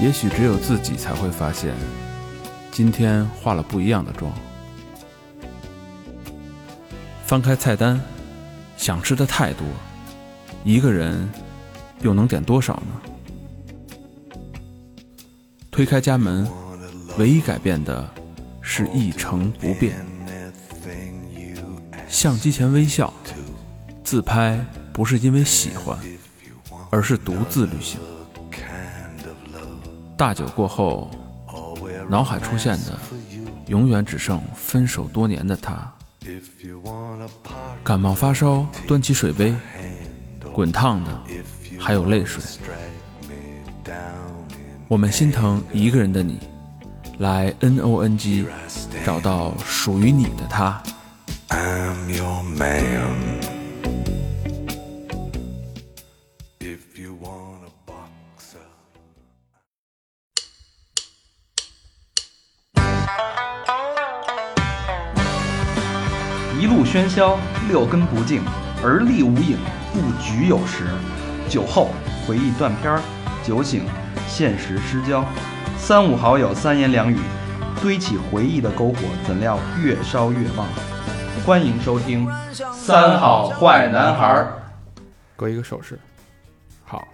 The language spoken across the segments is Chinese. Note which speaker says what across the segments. Speaker 1: 也许只有自己才会发现，今天化了不一样的妆。翻开菜单，想吃的太多，一个人又能点多少呢？推开家门，唯一改变的是一成不变。相机前微笑，自拍不是因为喜欢，而是独自旅行。大酒过后，脑海出现的永远只剩分手多年的他。感冒发烧，端起水杯，滚烫的还有泪水。我们心疼一个人的你，来 N O N G，找到属于你的他。
Speaker 2: I'm your man. If you want a boxer.
Speaker 3: 一路喧嚣，六根不净，而立无影，不局有时。酒后回忆断片儿，酒醒现实失焦。三五好友三言两语，堆起回忆的篝火，怎料越烧越旺。欢迎收听《三好坏男孩》。
Speaker 4: 搁一个手势。好，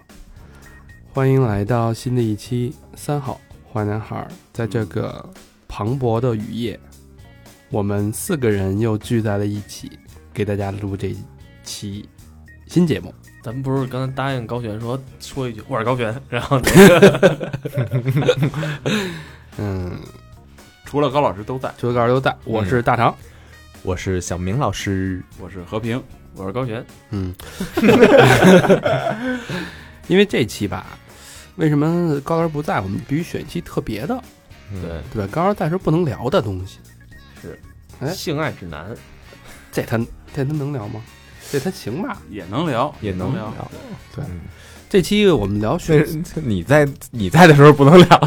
Speaker 4: 欢迎来到新的一期三好坏男孩儿。在这个磅礴的雨夜，我们四个人又聚在了一起，给大家录这期新节目。
Speaker 5: 咱们不是刚才答应高璇说说一句我是高璇， 然后
Speaker 4: 嗯，
Speaker 6: 除了高老师都在。
Speaker 4: 除了高刘大，我是大长。
Speaker 7: 我是小明老师，
Speaker 6: 我是和平，
Speaker 5: 我是高璇，
Speaker 4: 嗯， 因为这期吧，为什么高老师不在？我们必须选一期特别的，
Speaker 7: 对，
Speaker 4: 对吧？高老师在时候不能聊的东西，哎
Speaker 5: 性爱指南，
Speaker 4: 这他这他能聊吗？这他行吧？
Speaker 6: 也能聊，
Speaker 7: 也能
Speaker 6: 聊。
Speaker 4: 这期我们聊
Speaker 7: 所
Speaker 4: 选
Speaker 7: 以你在你在的时候不能聊，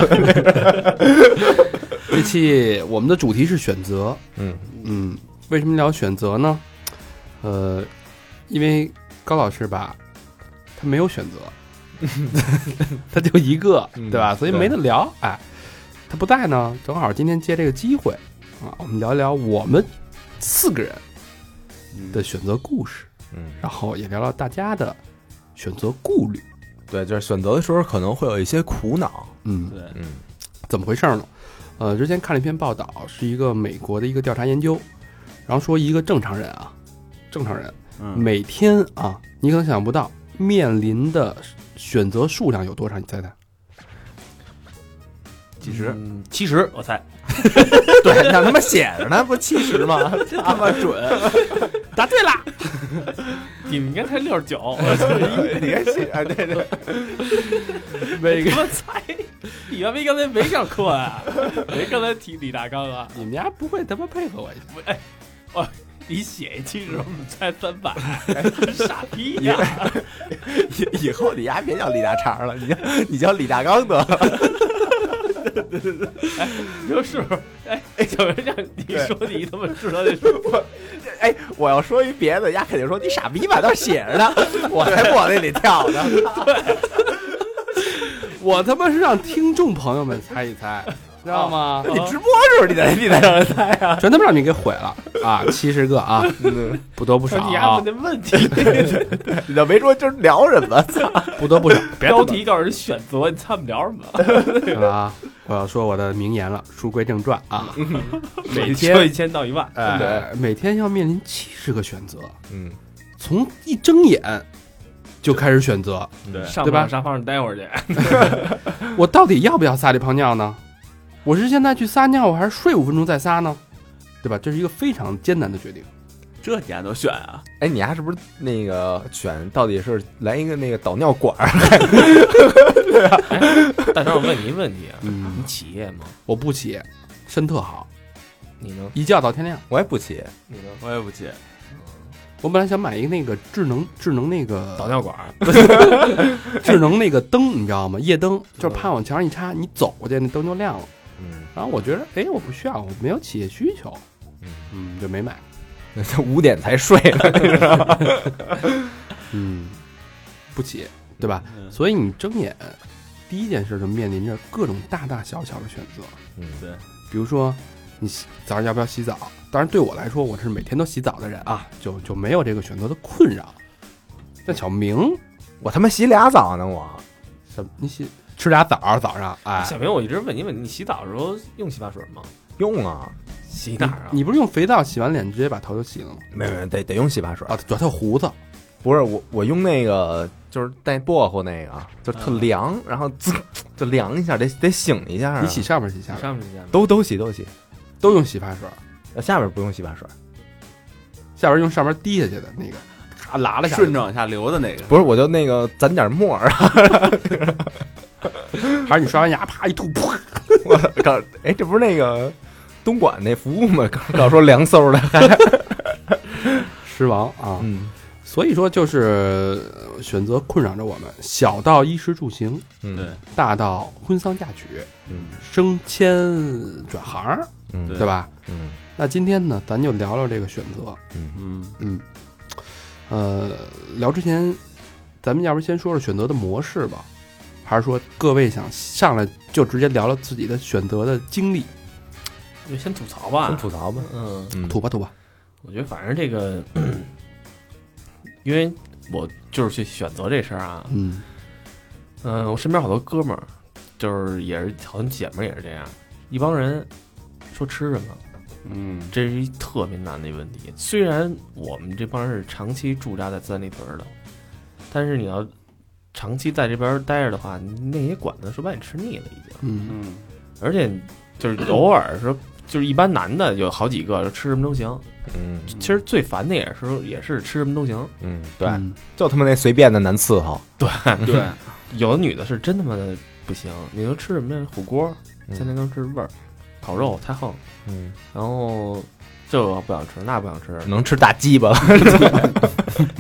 Speaker 4: 这期我们的主题是选择，
Speaker 7: 嗯
Speaker 4: 嗯，为什么聊选择呢？呃，因为高老师吧，他没有选 择，他就一个，
Speaker 7: 嗯
Speaker 4: 对吧？所以
Speaker 7: 对
Speaker 4: 没得聊，哎，他不在呢，正好今天借这个机会啊，我们聊聊我们四个人的选择故事，
Speaker 7: 嗯，
Speaker 4: 然后也聊聊大家的选择顾虑，
Speaker 7: 对，就是选择的时候可能会有一些苦恼，
Speaker 4: 嗯，
Speaker 7: 嗯
Speaker 4: 怎么回事儿呢？呃，之前看了一篇报道，是一个美国的一个调查研究，然后说一个正常人啊，正常人
Speaker 6: 嗯，
Speaker 4: 每天啊，你可能想不到面临的选择数量有多少，你猜猜？
Speaker 6: 几十
Speaker 5: 嗯七十，我猜
Speaker 7: 对，让他们写着呢，不七十吗？这 他妈准，
Speaker 5: 答对 啦。你们应该猜六十九， 我
Speaker 7: 你还写
Speaker 5: 哎
Speaker 7: 啊？对 对，
Speaker 4: 每
Speaker 5: 他妈猜，你他妈刚才没上课啊？ 没刚才提李大刚啊？
Speaker 4: 你们家不会他妈配合我一下？
Speaker 5: 你写一期时候我们猜三 百，傻逼呀！
Speaker 7: 以以后你丫别叫李大肠了，你叫你叫李大刚得了，
Speaker 5: 你说是不是？哎，小明让你说你他妈知道这事，
Speaker 7: 哎，我要说一别的，丫肯定说你傻逼吧，倒写着 呢，我才不往那里跳呢，
Speaker 4: 我他妈是让听众朋友们猜一 猜，知道吗？
Speaker 7: 你直播时候你在你在让人猜啊，
Speaker 4: 全他妈让你给毁了 啊！七十个啊，不多不少
Speaker 5: 你丫
Speaker 4: 啊
Speaker 5: 问，那问题，
Speaker 7: 你倒没说今儿聊什 么，
Speaker 4: 不多不少。
Speaker 5: 标题告诉人选择，你猜不了什么。
Speaker 4: 对吧啊，我要说我的名言了。书归正传啊，每
Speaker 5: 说一
Speaker 4: 天
Speaker 5: 千到一万，
Speaker 4: 哎，每天要面临七十个选择，
Speaker 7: 嗯，
Speaker 4: 从一睁眼就开始选择，
Speaker 7: 对
Speaker 5: 上
Speaker 4: 对吧
Speaker 5: 不上沙发上待会 儿去。
Speaker 4: 我到底要不要撒这泡尿呢？我是现在去撒尿，我还是睡五分钟再撒呢？对吧？这是一个非常艰难的决定。
Speaker 6: 这你还能选啊？
Speaker 7: 哎，你丫是不是那个选到底是来一个那个导尿管儿？
Speaker 5: 大张，我问你一个问题啊，
Speaker 4: 嗯
Speaker 5: 你，起夜吗？
Speaker 4: 我不起，身特好，
Speaker 5: 你呢？
Speaker 4: 一觉到天亮。
Speaker 7: 我也不起，
Speaker 5: 你呢？
Speaker 6: 我也不接。
Speaker 4: 我本来想买一个那个智能智能那个
Speaker 5: 导尿管，
Speaker 4: 智能那个灯，你知道吗？夜灯，就是啪往墙上一插，你走过去那灯就亮了。
Speaker 7: 嗯，
Speaker 4: 然后我觉得，哎，我不需要，我没有企业需求，
Speaker 7: 嗯
Speaker 4: 嗯，就没买。
Speaker 7: 五点才睡了。
Speaker 4: 嗯，不起，对吧？
Speaker 6: 嗯
Speaker 4: 所以你睁眼第一件事就面临着各种大大小小的选择，
Speaker 8: 嗯，对，
Speaker 4: 比如说你洗早上要不要洗澡？当然对我来说，我是每天都洗澡的人啊，就就没有这个选择的困扰。但小明，
Speaker 8: 我他妈洗俩澡呢，我
Speaker 4: 小你洗吃俩枣早上，哎，
Speaker 5: 小明，我一直问你问题，你洗澡的时候用洗发水吗？
Speaker 8: 用啊，
Speaker 5: 洗
Speaker 4: 你
Speaker 5: 哪儿啊？
Speaker 4: 你不是用肥皂洗完脸直接把头就洗了吗？
Speaker 8: 没有没有，得得用洗发水
Speaker 4: 啊，主要他有胡子，
Speaker 8: 不是我，我用那个就是带薄荷那个，就特凉，然后滋就凉一下，得得醒一下啊。
Speaker 4: 你洗上面洗下面
Speaker 5: 上面去
Speaker 8: 都都洗都洗，
Speaker 4: 都用洗发水，
Speaker 8: 呃下边不用洗发水。
Speaker 4: 下边用上面滴下去的那个，咔拉了下去
Speaker 3: 顺着，往下流的那个，
Speaker 8: 不是，我就那个攒点沫儿，啊
Speaker 4: 还是你刷完牙啪一吐，噗，
Speaker 8: 我 告诉哎，这不是那个东莞那服务吗？告告说凉飕儿的，
Speaker 4: 狮王啊，
Speaker 8: 嗯
Speaker 4: 所以说就是呃选择困扰着我们，小到衣食住行，
Speaker 8: 嗯
Speaker 3: 对
Speaker 4: 大到婚丧嫁娶、
Speaker 8: 嗯
Speaker 4: 升迁转行儿，
Speaker 8: 嗯
Speaker 4: 对吧？
Speaker 8: 嗯
Speaker 4: 那今天呢，咱就聊聊这个选择。
Speaker 3: 嗯，
Speaker 4: 嗯，呃，聊之前，咱们要不先说说选择的模式吧，还是说各位想上来就直接聊聊自己的选择的经历？
Speaker 5: 就先吐槽吧
Speaker 8: 先。吐槽吧，
Speaker 5: 嗯，
Speaker 8: 嗯
Speaker 4: 吐吧吐吧，
Speaker 5: 我觉得反正这个， 因为我就是去选择这事儿啊，
Speaker 4: 嗯
Speaker 5: 嗯，我身边好多哥们儿，就是也是好像姐们儿也是这样，一帮人说吃什么，
Speaker 4: 嗯
Speaker 5: 这是一特别难的一个问题。虽然我们这帮人是长期驻扎在三里屯儿的，但是你要长期在这边儿待着的话，你那些馆子说把你吃腻了已经。
Speaker 4: 嗯
Speaker 3: 嗯，
Speaker 5: 而且就是偶尔说，就是一般男的有好几个吃什么都行。
Speaker 8: 嗯
Speaker 5: 其实最烦的也是也是吃什么都行，
Speaker 8: 嗯，对，
Speaker 4: 嗯
Speaker 8: 就他妈那随便的难伺候，
Speaker 3: 对，
Speaker 5: 有的女的是真他妈的不行。你说吃什么呀？火锅
Speaker 8: 嗯
Speaker 5: 天天能吃味儿，烤肉太横，
Speaker 8: 嗯，
Speaker 5: 然后这个不想吃，那不想吃，
Speaker 8: 能吃大鸡巴，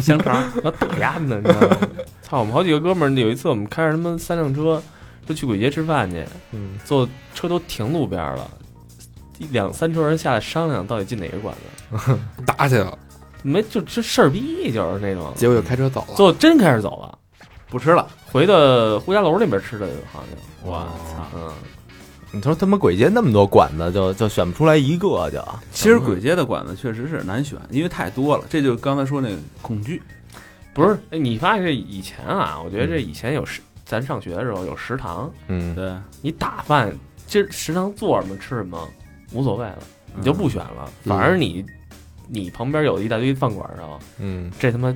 Speaker 5: 香肠，我打丫呢，你知道吗？操，我们好几个哥们儿，有一次我们开着他妈三辆车，就去鬼街吃饭去，
Speaker 8: 嗯
Speaker 5: 坐车都停路边儿了，一两三桌人下来商量到底进哪个馆子，
Speaker 4: 打起来了，
Speaker 5: 没就这事儿逼，就是那种。
Speaker 4: 结果就开车走了。
Speaker 5: 最后真开始走了，
Speaker 3: 不吃了，
Speaker 5: 回到呼家楼那边吃的，好像。
Speaker 3: 我操！
Speaker 5: 嗯，
Speaker 8: 你说他妈鬼街那么多馆子，就就选不出来一个就，
Speaker 1: 其实鬼街的馆子确实是难选，因为太多了。这就是刚才说那个恐惧，
Speaker 5: 不是，哎你发现这以前啊，我觉得这以前有食，咱上学的时候有食堂，
Speaker 8: 嗯
Speaker 1: 对，
Speaker 5: 你打饭，今儿食堂做什么吃什么无所谓了，你就不选了，
Speaker 4: 嗯
Speaker 5: 反而你你旁边有一大堆饭馆儿啊，
Speaker 8: 嗯。
Speaker 5: 这他妈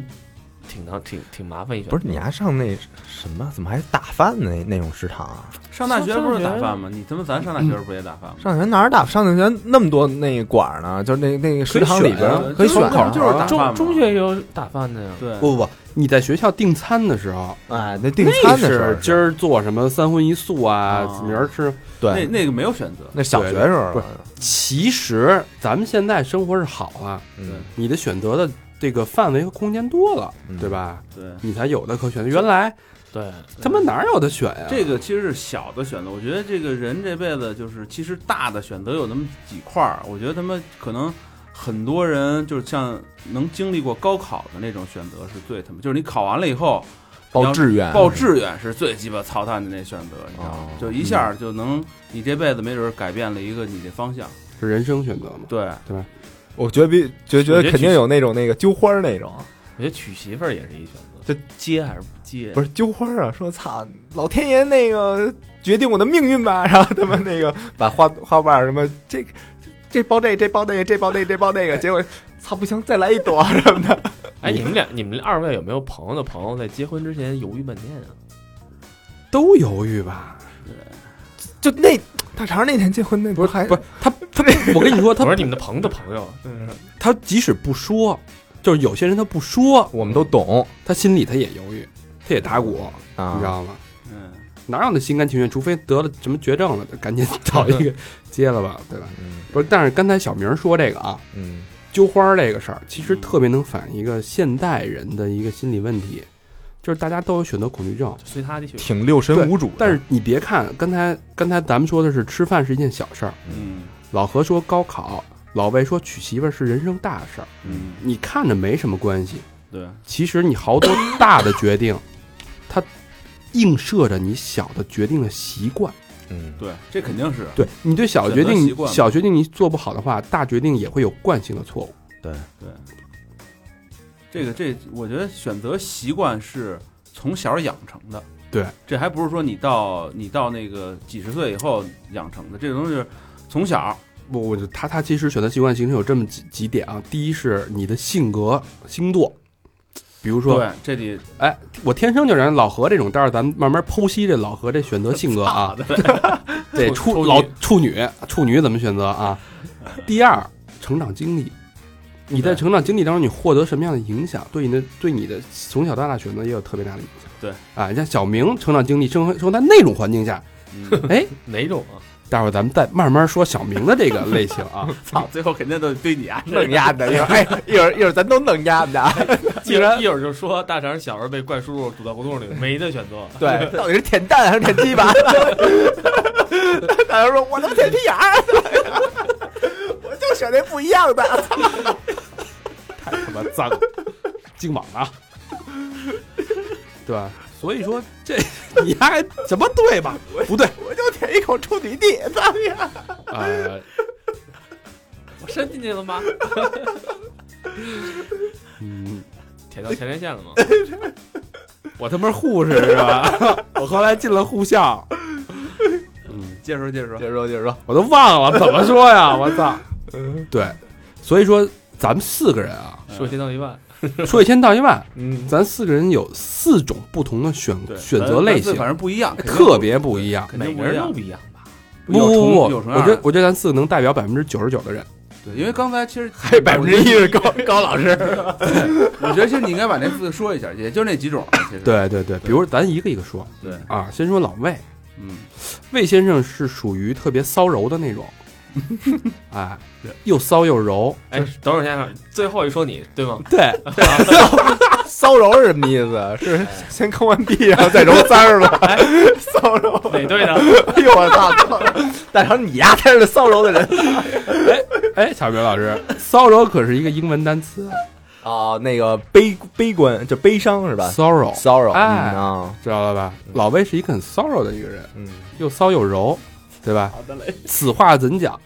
Speaker 5: 挺难挺挺麻烦一选。
Speaker 8: 不是你还上那什么？怎么还打饭那那种食堂啊？
Speaker 1: 上大学不是
Speaker 5: 上
Speaker 1: 打
Speaker 5: 学
Speaker 1: 饭吗？你他妈咱上大学不是也打饭吗？
Speaker 8: 上学哪儿打？上学那么多那馆儿呢？就是那那个食堂里边儿可以选
Speaker 1: 选
Speaker 8: 啊，
Speaker 1: 啊，就是打饭嘛
Speaker 5: 中中学也有打饭的呀，
Speaker 1: 对，
Speaker 4: 不不不，你在学校订餐的时候，
Speaker 8: 哎，那订餐的时候
Speaker 4: 是今儿做什么三荤一素啊
Speaker 1: 啊，
Speaker 4: 明儿吃。
Speaker 1: 那
Speaker 8: 对，
Speaker 1: 那个没有选择，
Speaker 8: 那小学时候啊
Speaker 4: 对其实咱们现在生活是好了，
Speaker 8: 嗯
Speaker 4: 你的选择的这个范围和空间多了，
Speaker 8: 嗯
Speaker 4: 对吧？
Speaker 1: 对。
Speaker 4: 你才有的可选。原来
Speaker 5: 对，
Speaker 4: 他妈哪有的选啊呀、
Speaker 1: 这个其实是小的选择，我觉得这个人这辈子就是，其实大的选择有那么几块儿。我觉得他们可能很多人就是像能经历过高考的那种选择是最他妈，就是你考完了以后
Speaker 8: 报志愿，
Speaker 1: 报志愿是最鸡巴操蛋的那选择，你知道吗
Speaker 8: 哎哦？
Speaker 1: 就一下就能，你这辈子没准改变了一个你的方向。
Speaker 4: 是人生选择嘛？
Speaker 1: 对，
Speaker 8: 我觉得比觉觉
Speaker 5: 我觉
Speaker 8: 得
Speaker 5: 得
Speaker 8: 肯定有那种那个揪花儿那种，
Speaker 5: 我觉得娶媳妇儿也是一选择，
Speaker 8: 这
Speaker 5: 接还是不接？
Speaker 8: 不
Speaker 5: 是，
Speaker 8: 是揪花儿啊，说操老天爷那个决定我的命运吧，然后他们那个把花花瓣儿什么这个这包这这包那个这包那个这包那个，结果操不行再来一朵什么的，
Speaker 5: 哎，你们俩你们二位有没有朋友的朋友在结婚之前犹豫半天啊？
Speaker 4: 都犹豫吧。
Speaker 8: 就那大肠那天结婚那
Speaker 4: 不是
Speaker 8: 还
Speaker 4: 不是他 他，我跟你说，
Speaker 5: 我说
Speaker 4: 他
Speaker 5: 你们的朋友的朋友，
Speaker 4: 他即使不说，就是有些人他不说，
Speaker 8: 我们都懂
Speaker 4: 他心里他也犹豫，他也打鼓，
Speaker 8: 啊，
Speaker 4: 你知道吗？
Speaker 1: 嗯，
Speaker 4: 哪有那心甘情愿？除非得了什么绝症了，就赶紧 找 一个接了吧，对吧？
Speaker 8: 嗯
Speaker 4: 不是，但是刚才小明说这个啊，
Speaker 8: 嗯
Speaker 4: 揪花儿这个事儿，其实
Speaker 1: 嗯
Speaker 4: 特别能反映一个现代人的一个心理问题，就是大家都有选择恐惧症。
Speaker 5: 就随他去。
Speaker 8: 挺六神无主的，
Speaker 4: 但 是你别看刚才刚才咱们说的是吃饭是一件小事儿，
Speaker 1: 嗯
Speaker 4: 老何说高考，老魏说娶媳妇儿是人生大事儿，
Speaker 1: 嗯，
Speaker 4: 你看着没什么关系，
Speaker 1: 对，
Speaker 4: 其实你好多 大的决定，它映射着你小的决定的习惯。
Speaker 5: 嗯，
Speaker 1: 对，这肯定是
Speaker 4: 对你对小
Speaker 1: 选
Speaker 4: 决
Speaker 1: 择习
Speaker 4: 定，
Speaker 1: 惯嘛
Speaker 4: 小决定你做不好的话，大决定也会有惯性的错误。
Speaker 1: 对。这个这，我觉得选择习惯是从小养成的。
Speaker 4: 对，
Speaker 1: 这还不是说你到你到那个几十岁以后养成的，这东西是从小。
Speaker 4: 我我就他他其实选择习惯形成有这么几几点啊，第一是你的性格星座，比如说
Speaker 1: 对，这里
Speaker 4: 哎，我天生就染老何这种，待会儿咱们慢慢剖析这老何这选择性格啊。 对，处老处女，处女怎么选择啊？第二，成长经历，你在成长经历当中，你获得什么样的影响，对你的对你的从小到大选择也有特别大的影响。
Speaker 1: 对，
Speaker 4: 啊，你像小明成长经历生活生活在那种环境下，
Speaker 1: 嗯
Speaker 4: 哎，
Speaker 5: 哪种啊？
Speaker 4: 待会儿咱们再慢慢说小明的这个类型 啊。
Speaker 1: 操，最后肯定都得对你啊，
Speaker 8: 弄丫的，一会儿哎，一会儿一会儿咱都弄啊丫的，
Speaker 5: 一会儿一会儿就说大肠小时候被怪叔叔堵在胡同里，没得选择。
Speaker 8: 对，到底是舔蛋还是舔鸡 巴？大家说，我能舔屁眼儿，我就选那不一样的。
Speaker 4: 他妈脏，净网啊！对吧？所以说这你还什么对吧？不对，
Speaker 8: 我就舔一口处女地，怎么样？
Speaker 4: 呃，
Speaker 5: 我伸进去了 吗？
Speaker 4: 嗯，
Speaker 5: 舔到前列腺了吗？
Speaker 4: 我他妈护士是吧？我后来进了护校， 嗯
Speaker 1: 接着说，接着说，
Speaker 8: 接着说，接着说，嗯
Speaker 4: 我都忘了怎么说呀！我操，对，所以说咱们四个人啊，
Speaker 5: 说一千道一万，
Speaker 4: 说一千道一万，
Speaker 5: 嗯，
Speaker 4: 咱四个人有四种不同的选
Speaker 1: 对，
Speaker 4: 选
Speaker 1: 咱
Speaker 4: 择类
Speaker 1: 咱四
Speaker 4: 型，
Speaker 1: 反正不一样，肯定
Speaker 4: 特别不一样。
Speaker 1: 肯
Speaker 5: 每
Speaker 1: 定
Speaker 5: 个
Speaker 1: 不
Speaker 5: 人
Speaker 1: 一
Speaker 5: 都
Speaker 1: 样
Speaker 5: 不。啊一样吧？
Speaker 4: 不
Speaker 1: 有重
Speaker 4: 不不，
Speaker 1: 有重
Speaker 4: 我
Speaker 1: 样
Speaker 4: 觉得我觉得咱四个能代表百分之九十九的人。
Speaker 1: 对，因为刚才其实
Speaker 8: 还有百分之一是 高高老师，
Speaker 1: 我觉得其实你应该把那字说一下，也就那几种。啊其实，
Speaker 4: 对对对，比如咱一个一个说
Speaker 1: 对，
Speaker 4: 啊，先说老魏，
Speaker 1: 嗯，
Speaker 4: 魏先生是属于特别骚柔的那 种，哎，又骚又柔，
Speaker 5: 哎，等会儿先生，最后一说你对吗？
Speaker 4: 对，
Speaker 8: 骚揉是什么意思？是先抠完地，然后再揉丝儿 吗？哎骚揉，
Speaker 5: 哪队 的？
Speaker 8: 哎呦我操！大成，你丫才是骚揉的人
Speaker 4: 哎，小明老师，骚柔可是一个英文单词
Speaker 8: 啊！那个悲悲观，就悲伤是吧？
Speaker 4: ，sorrow，
Speaker 8: 骚扰，
Speaker 4: 哎
Speaker 8: 嗯啊，
Speaker 4: 知道了吧？老魏是一个很 sorrow 的一个人，
Speaker 8: 嗯，
Speaker 4: 又骚又柔，对吧？好的嘞。此话怎讲？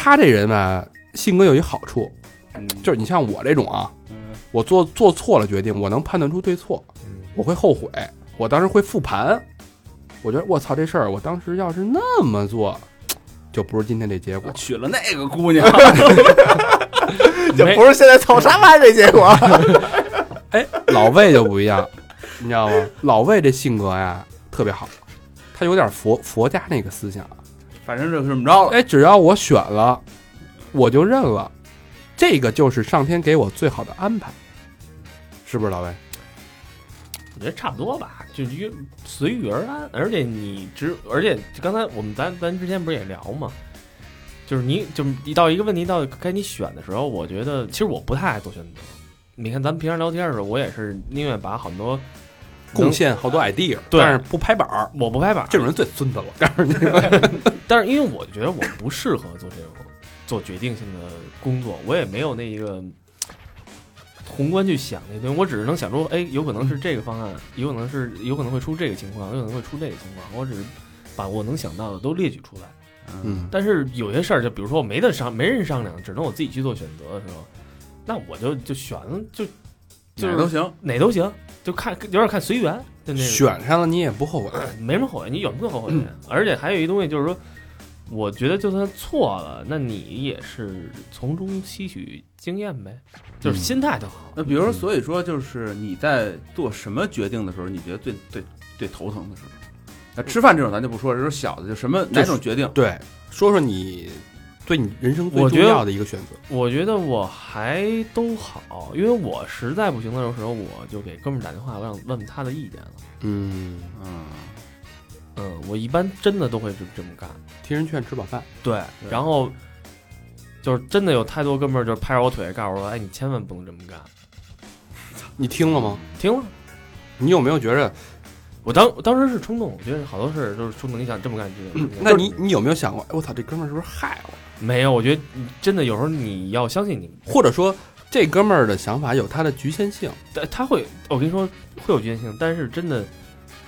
Speaker 4: 他这人吧，性格有一好处，就是你像我这种啊，我做做错了决定，我能判断出对错，我会后悔，我当时会复盘，我觉得我操这事儿，我当时要是那么做，就不是今天这结 果
Speaker 1: 我。娶了那个姑娘，
Speaker 8: 就不是现在凑沙发这结果。
Speaker 4: 哎，老魏就不一样，你知道吗？老魏这性格呀特别好，他有点佛佛家那个思想。
Speaker 1: 反正就是这么着了。
Speaker 4: 哎，只要我选了，我就认了，这个就是上天给我最好的安排，是不是老魏？
Speaker 5: 我觉得差不多吧，就约随遇而安。而且你只，而且刚才我们咱咱之前不是也聊嘛，就是你就是一到一个问题到该你选的时候，我觉得其实我不太爱做选择。你看咱们平常聊天的时候，我也是宁愿把很多
Speaker 4: 贡献好多 idea，
Speaker 5: 对
Speaker 4: 但是不拍板儿，
Speaker 5: 我不拍板，
Speaker 4: 这种人最孙子了。 我告诉你，
Speaker 5: 但是因为我觉得我不适合做这种做决定性的工作，我也没有那一个呃宏观去想那东西，我只是能想出，哎，有可能是这个方案，有可能是有可能会出这个情况，有可能会出这个情况，我只是把我能想到的都列举出来。
Speaker 4: 嗯，
Speaker 5: 但是有些事儿，就比如说我没得商，没人商量，只能我自己去做选择的时候，那我就就选了，就
Speaker 1: 哪
Speaker 5: 就
Speaker 1: 儿
Speaker 5: 是
Speaker 1: 都行，
Speaker 5: 哪都行，就看有点看随缘，就那种
Speaker 4: 选上了你也不后悔。
Speaker 5: 没什么后悔，你有什么可后悔的呀？而且还有一东西就是说，我觉得就算错了，那你也是从中吸取经验呗，就是心态就好。
Speaker 1: 嗯那比如说，所以说就是你在做什么决定的时候，你觉得最最最头疼的时候？那吃饭这种咱就不说了，就是小的，就什么哪种决定，
Speaker 4: 对，说说你对你人生最
Speaker 5: 我
Speaker 4: 重
Speaker 5: 觉得
Speaker 4: 要的一个选择。
Speaker 5: 我觉得我还都好，因为我实在不行的时候，我就给哥们儿打电话，我想问问他的意见了。
Speaker 4: 嗯，
Speaker 1: 嗯，
Speaker 5: 嗯，我一般真的都会这这么干。
Speaker 4: 听人劝，吃饱饭。
Speaker 5: 对，然后就是真的有太多哥们儿就是拍着我腿告诉我，哎，你千万不能这么干。
Speaker 4: 你听了吗？
Speaker 5: 听了。
Speaker 4: 你有没有觉着？
Speaker 5: 我当我当时是冲动，我觉得好多事儿都是冲动。你想这么干就这么干
Speaker 4: 那你你有没有想过？哎我操，这哥们儿是不是害我？
Speaker 5: 没有，我觉得你真的有时候你要相信你，
Speaker 4: 或者说，这哥们儿的想法有他的局限性。
Speaker 5: 他他会，我跟你说会有局限性，但是真的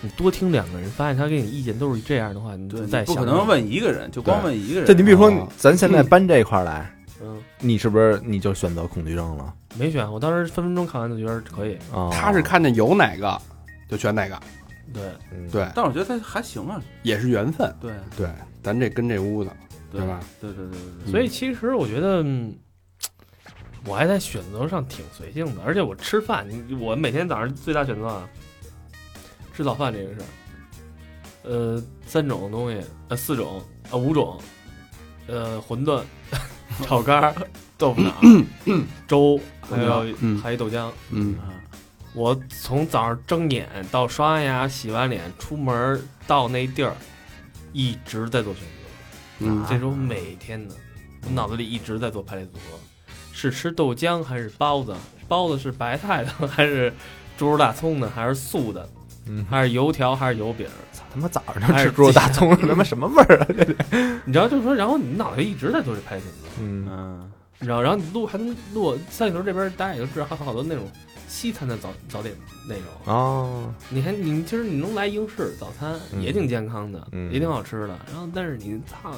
Speaker 5: 你多听两个人，发现他给你意见都是这样的话，你
Speaker 6: 对，
Speaker 5: 就
Speaker 6: 你
Speaker 5: 再
Speaker 6: 不
Speaker 5: 想
Speaker 6: 可能问一个人，就光问一个人。
Speaker 7: 这你比如说
Speaker 4: 哦，
Speaker 7: 咱现在搬这块儿来，
Speaker 5: 嗯，
Speaker 7: 你是不是你就选择恐惧症了
Speaker 5: 没选，我当时分分钟看完就觉得可以，
Speaker 7: 啊？
Speaker 4: 他是看见有哪个就选哪个，
Speaker 5: 对，
Speaker 7: 嗯
Speaker 4: 对，
Speaker 6: 但我觉得他还行啊，
Speaker 4: 也是缘分。
Speaker 6: 对
Speaker 4: 对，咱这跟这屋的，对吧？
Speaker 6: 对对对对
Speaker 5: 所以其实我觉得，嗯我还在选择上挺随性的，而且我吃饭，你我每天早上最大选择啊，吃早饭这个事儿，呃，三种东西，呃，四种，呃，五种，呃，馄饨、 炒肝儿、豆腐脑儿、 粥，还有
Speaker 4: 嗯
Speaker 5: 还有豆浆。
Speaker 4: 嗯
Speaker 6: 对，啊，
Speaker 5: 我从早上睁眼到刷完牙、洗完脸、出门儿到那地儿，一直在做选择。啊
Speaker 4: 嗯，
Speaker 5: 这周每天的，我脑子里一直在做排列组合，是吃豆浆还是包子？包子是白菜的还是猪肉大葱的还是素的？
Speaker 7: 嗯
Speaker 5: 还是油条还是油饼？
Speaker 7: 操他妈早上就吃猪肉大葱，他妈什么味儿啊？
Speaker 5: 你知道，就是说，然后你脑袋一直在做这排列组合，
Speaker 7: 嗯，
Speaker 6: 嗯，
Speaker 5: 你知道，然后你录还能录三里屯这边，大家也就知道，还有好多那种西餐的早早点那种。
Speaker 7: 哦，
Speaker 5: 你看，你其实你能来英式早餐
Speaker 7: 嗯
Speaker 5: 也挺健康的，
Speaker 7: 嗯
Speaker 5: 也挺好吃的。然后，但是你操，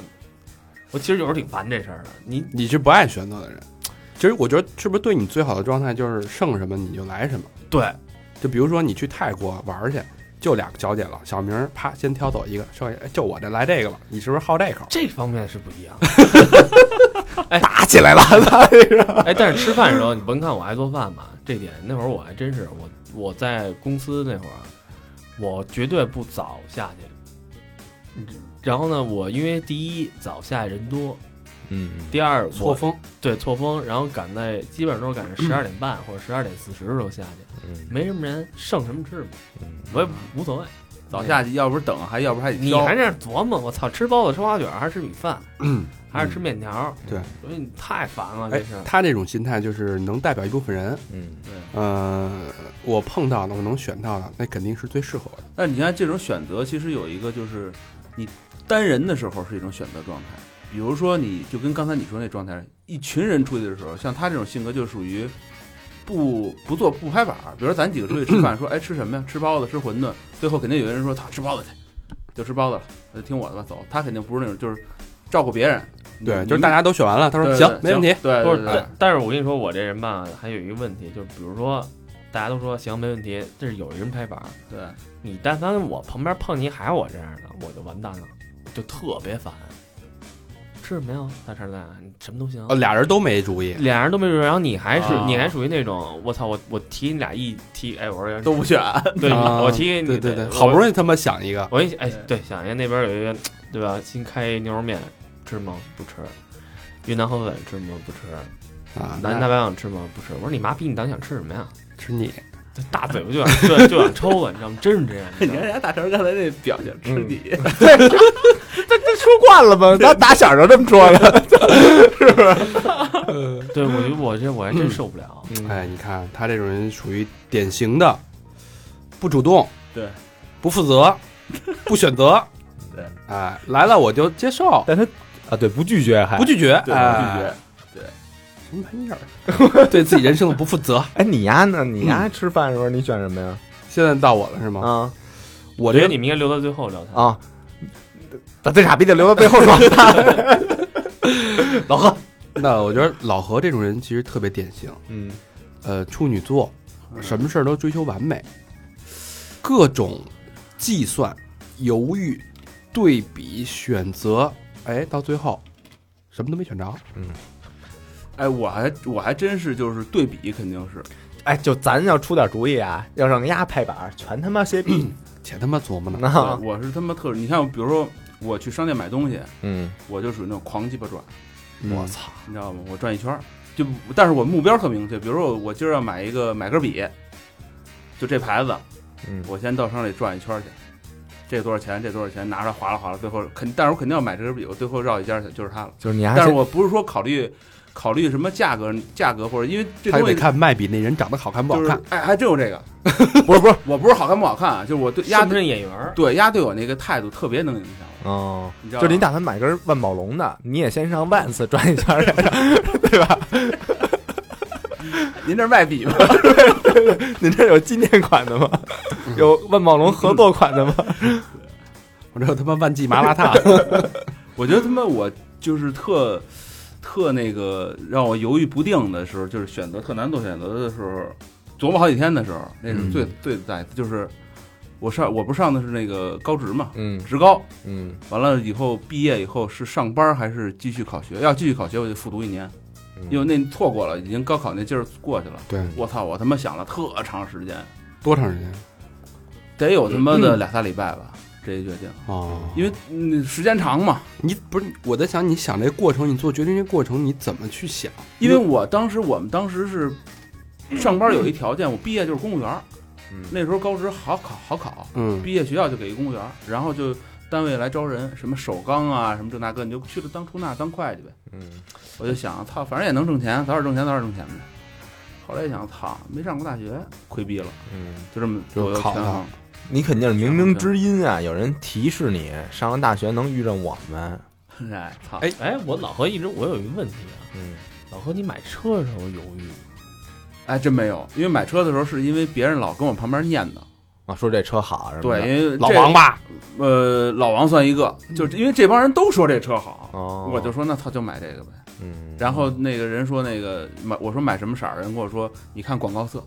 Speaker 5: 我其实有时候挺烦这事儿的。你
Speaker 4: 你是不爱选择的人。其实我觉得，是不是对你最好的状态就是剩什么你就来什么？
Speaker 5: 对，
Speaker 4: 就比如说你去泰国玩儿去，就俩小姐了，小明儿啪先挑走一个，剩下哎就我这来这个了，你是不是好这口？
Speaker 5: 这方面是不一样的。
Speaker 7: 打起来了，
Speaker 5: 哎，但是吃饭的时候，你甭看我爱做饭吧，这点那会儿我还真是我我在公司那会儿啊，我绝对不早下去。嗯然后呢，我因为第一早下去人多，
Speaker 7: 嗯，
Speaker 5: 第二
Speaker 4: 错
Speaker 5: 我
Speaker 4: 峰，
Speaker 5: 对错峰，然后赶在基本上都是赶
Speaker 4: 嗯
Speaker 5: 上十二点半或者十二点四十的时候下去，没什么人，剩什么吃什么，
Speaker 4: 嗯
Speaker 5: 我也无所谓。嗯
Speaker 6: 早下去，要不是等，还要不还得
Speaker 5: 你
Speaker 6: 挑
Speaker 5: 还这样琢磨，我操，吃包子、吃花卷还是吃米饭，还是吃面条？
Speaker 4: 嗯对，
Speaker 5: 所以你太烦了，
Speaker 4: 哎
Speaker 5: 这是，
Speaker 4: 他这种心态就是能代表一部分人。
Speaker 7: 嗯，
Speaker 4: 呃，我碰到的，我能选到的，那肯定是最适合我的。
Speaker 6: 但你看这种选择，其实有一个就是你单人的时候是一种选择状态，比如说你就跟刚才你说那状态，一群人出去的时候，像他这种性格就属于不不做不拍板儿。比如说咱几个出去吃饭，说哎吃什么呀？吃包子，吃馄饨，最后肯定有人说操吃包子去，就吃包子了，那就听我的吧，走。他肯定不是那种就是照顾别人，
Speaker 4: 对，
Speaker 6: 你
Speaker 4: 就是大家都选完了，他说
Speaker 6: 对
Speaker 4: 行
Speaker 6: 对，
Speaker 4: 没问题
Speaker 6: 行。对
Speaker 5: 不
Speaker 6: 对
Speaker 5: 是，
Speaker 6: 对
Speaker 5: 但但是我跟你说，我这人吧，还有一个问题，就是比如说，大家都说行没问题，这是有人拍板儿，
Speaker 6: 对，
Speaker 5: 你但凡我旁边碰你还有我这样的，我就完蛋了，就特别烦。吃什么呀，大肠蛋？你什么都行
Speaker 4: 哦，。俩人都没主意，
Speaker 5: 俩人都没准，然后你还是、
Speaker 6: 啊
Speaker 5: 你还属于那种，我操，我我提你俩一提，哎，我说
Speaker 6: 都不选，
Speaker 5: 对，
Speaker 4: 啊
Speaker 5: 我提给你，
Speaker 4: 对对对，
Speaker 5: 我
Speaker 4: 好不容易他妈想一个，
Speaker 5: 我一哎，对，想一下那边有一个，对吧？新开牛肉面，吃吗？不吃。云南河粉吃吗？不吃。
Speaker 4: 啊，
Speaker 5: 南大排档吃吗？不吃。我说你妈逼，你到底想吃什么呀？
Speaker 4: 吃你，
Speaker 5: 这大嘴巴 就想就就想抽我，你知道吗？真是这样。
Speaker 6: 你看 人家大成刚才那表情，吃你。
Speaker 7: 这说惯了吧？咱打小就这么说的。
Speaker 5: 对，我觉得我这我还真受不了。
Speaker 4: 哎，你看他这种人属于典型的不主动，
Speaker 6: 对，
Speaker 4: 不负 责，不选择，
Speaker 6: 对，
Speaker 4: 哎，来了我就接受，
Speaker 7: 但他 啊，对，不拒绝还
Speaker 4: 不拒绝，
Speaker 6: 对，
Speaker 4: 哎
Speaker 6: 拒绝，
Speaker 4: 什么玩意儿，啊 对自己人生的不负责。
Speaker 7: 哎，你丫呢？你丫吃饭的时候你选什么呀？
Speaker 4: 现在到我了是吗？
Speaker 6: 嗯
Speaker 7: 啊
Speaker 4: 我
Speaker 5: 我觉
Speaker 4: 这
Speaker 5: 得你们应该留到最后聊他。
Speaker 7: 啊，把最傻逼的留到最后说。 老何，
Speaker 4: 那我觉得老何这种人其实特别典型，
Speaker 7: 嗯
Speaker 4: 呃，处女座，什么事儿都追求完美，各种计算、犹豫、对比、选择，哎，到最后什么都没选着。
Speaker 6: 哎，我还我还真是就是对比，肯定是
Speaker 7: 哎，就咱要出点主意啊，要让丫拍板儿，全他妈歇逼啊
Speaker 4: 且他妈琢磨呢，
Speaker 8: 啊
Speaker 7: 呢。
Speaker 6: 对我是他妈特，你看，比如说我去商店买东西，
Speaker 7: 嗯，
Speaker 6: 我就属于那种狂鸡巴转，
Speaker 4: 我操！
Speaker 6: 你知道吗？我转一圈儿，就但是我目标特明确，比如说我今儿要买一个买根笔，就这牌子，
Speaker 7: 嗯
Speaker 6: 我先到商里转一圈儿去，这多少钱？这多少钱？拿出来划拉划拉，最后肯，但是我肯定要买这根笔，我最后绕一家去，就是它了。
Speaker 7: 就是你丫
Speaker 6: 但是
Speaker 7: 先
Speaker 6: 我不是说考虑考虑什么价格价格，或者因为这
Speaker 4: 他
Speaker 6: 东
Speaker 4: 得
Speaker 6: 西
Speaker 4: 看卖笔那人长得好看不好
Speaker 6: 就是
Speaker 4: 看。
Speaker 6: 哎，还真有这个，不是不是，我不是好看不好看啊，就是我对
Speaker 5: 是
Speaker 6: 压
Speaker 5: 不是演员儿？
Speaker 6: 对鸭对我那个态度特别能影响我，
Speaker 7: 哦，
Speaker 6: 你知道
Speaker 7: 就
Speaker 6: 吗
Speaker 7: 是你打算买根万宝龙的，你也先上万次转一圈儿，对吧？
Speaker 6: 您这儿卖笔吗？
Speaker 7: 您这有纪念款的吗？有万宝龙合作款的吗？
Speaker 4: 我这有他妈万记麻辣 烫，
Speaker 6: 我觉得他妈我就是特特那个让我犹豫不定的时候，就是选择特难做选择的时候，琢磨好几天的时候，那是最、
Speaker 4: 嗯
Speaker 6: 最在就是我上我不是上的是那个高职嘛，
Speaker 7: 嗯
Speaker 6: 职高，
Speaker 7: 嗯
Speaker 6: 完了以后毕业以后是上班还是继续考学？要继续考学我就复读一年，因为那错过了，已经高考那劲儿过去了。
Speaker 4: 对，
Speaker 6: 我操！我他妈想了特长时间，
Speaker 4: 多长时间？
Speaker 6: 得有他妈的俩仨礼拜吧，这一决定，
Speaker 4: 哦，
Speaker 6: 因为嗯时间长嘛。
Speaker 4: 你不是我在想，你想这过程，你做决定这过程，你怎么去想？
Speaker 6: 因为我当时我们当时是上班有一条件，我毕业就是公务员儿。那时候高职好考好考，
Speaker 4: 嗯
Speaker 6: 毕业学校就给一公务员儿，然后就单位来招人，什么首钢啊，什么这那个，你就去了当出纳当会计呗。
Speaker 7: 嗯，
Speaker 6: 我就想，操，反正也能挣钱，早点挣钱早点挣钱呗。后来一想，操，没上过大学，亏逼了，
Speaker 7: 嗯，
Speaker 6: 就这么
Speaker 4: 就
Speaker 6: 左右
Speaker 4: 考
Speaker 6: 权
Speaker 4: 上
Speaker 6: 衡。
Speaker 7: 你肯定是冥冥之音啊，有人提示你上了大学能遇上我们。
Speaker 6: 哎，操，
Speaker 4: 哎
Speaker 5: 哎，我老何一直我有一个问题啊，
Speaker 7: 嗯，
Speaker 5: 老何你买车的时候犹豫吗，
Speaker 6: 哎，真没有，因为买车的时候是因为别人老跟我旁边念叨，
Speaker 7: 啊，说这车好什么
Speaker 6: 对，
Speaker 7: 的。
Speaker 6: 因为
Speaker 4: 老
Speaker 6: 这
Speaker 4: 王八，
Speaker 6: 呃，老王算一个，就是因为这帮人都说这车好，
Speaker 7: 哦，
Speaker 6: 我就说那他就买这个呗。
Speaker 7: 嗯，
Speaker 6: 然后那个人说那个买，我说买什么色儿，人跟我说你看广告色，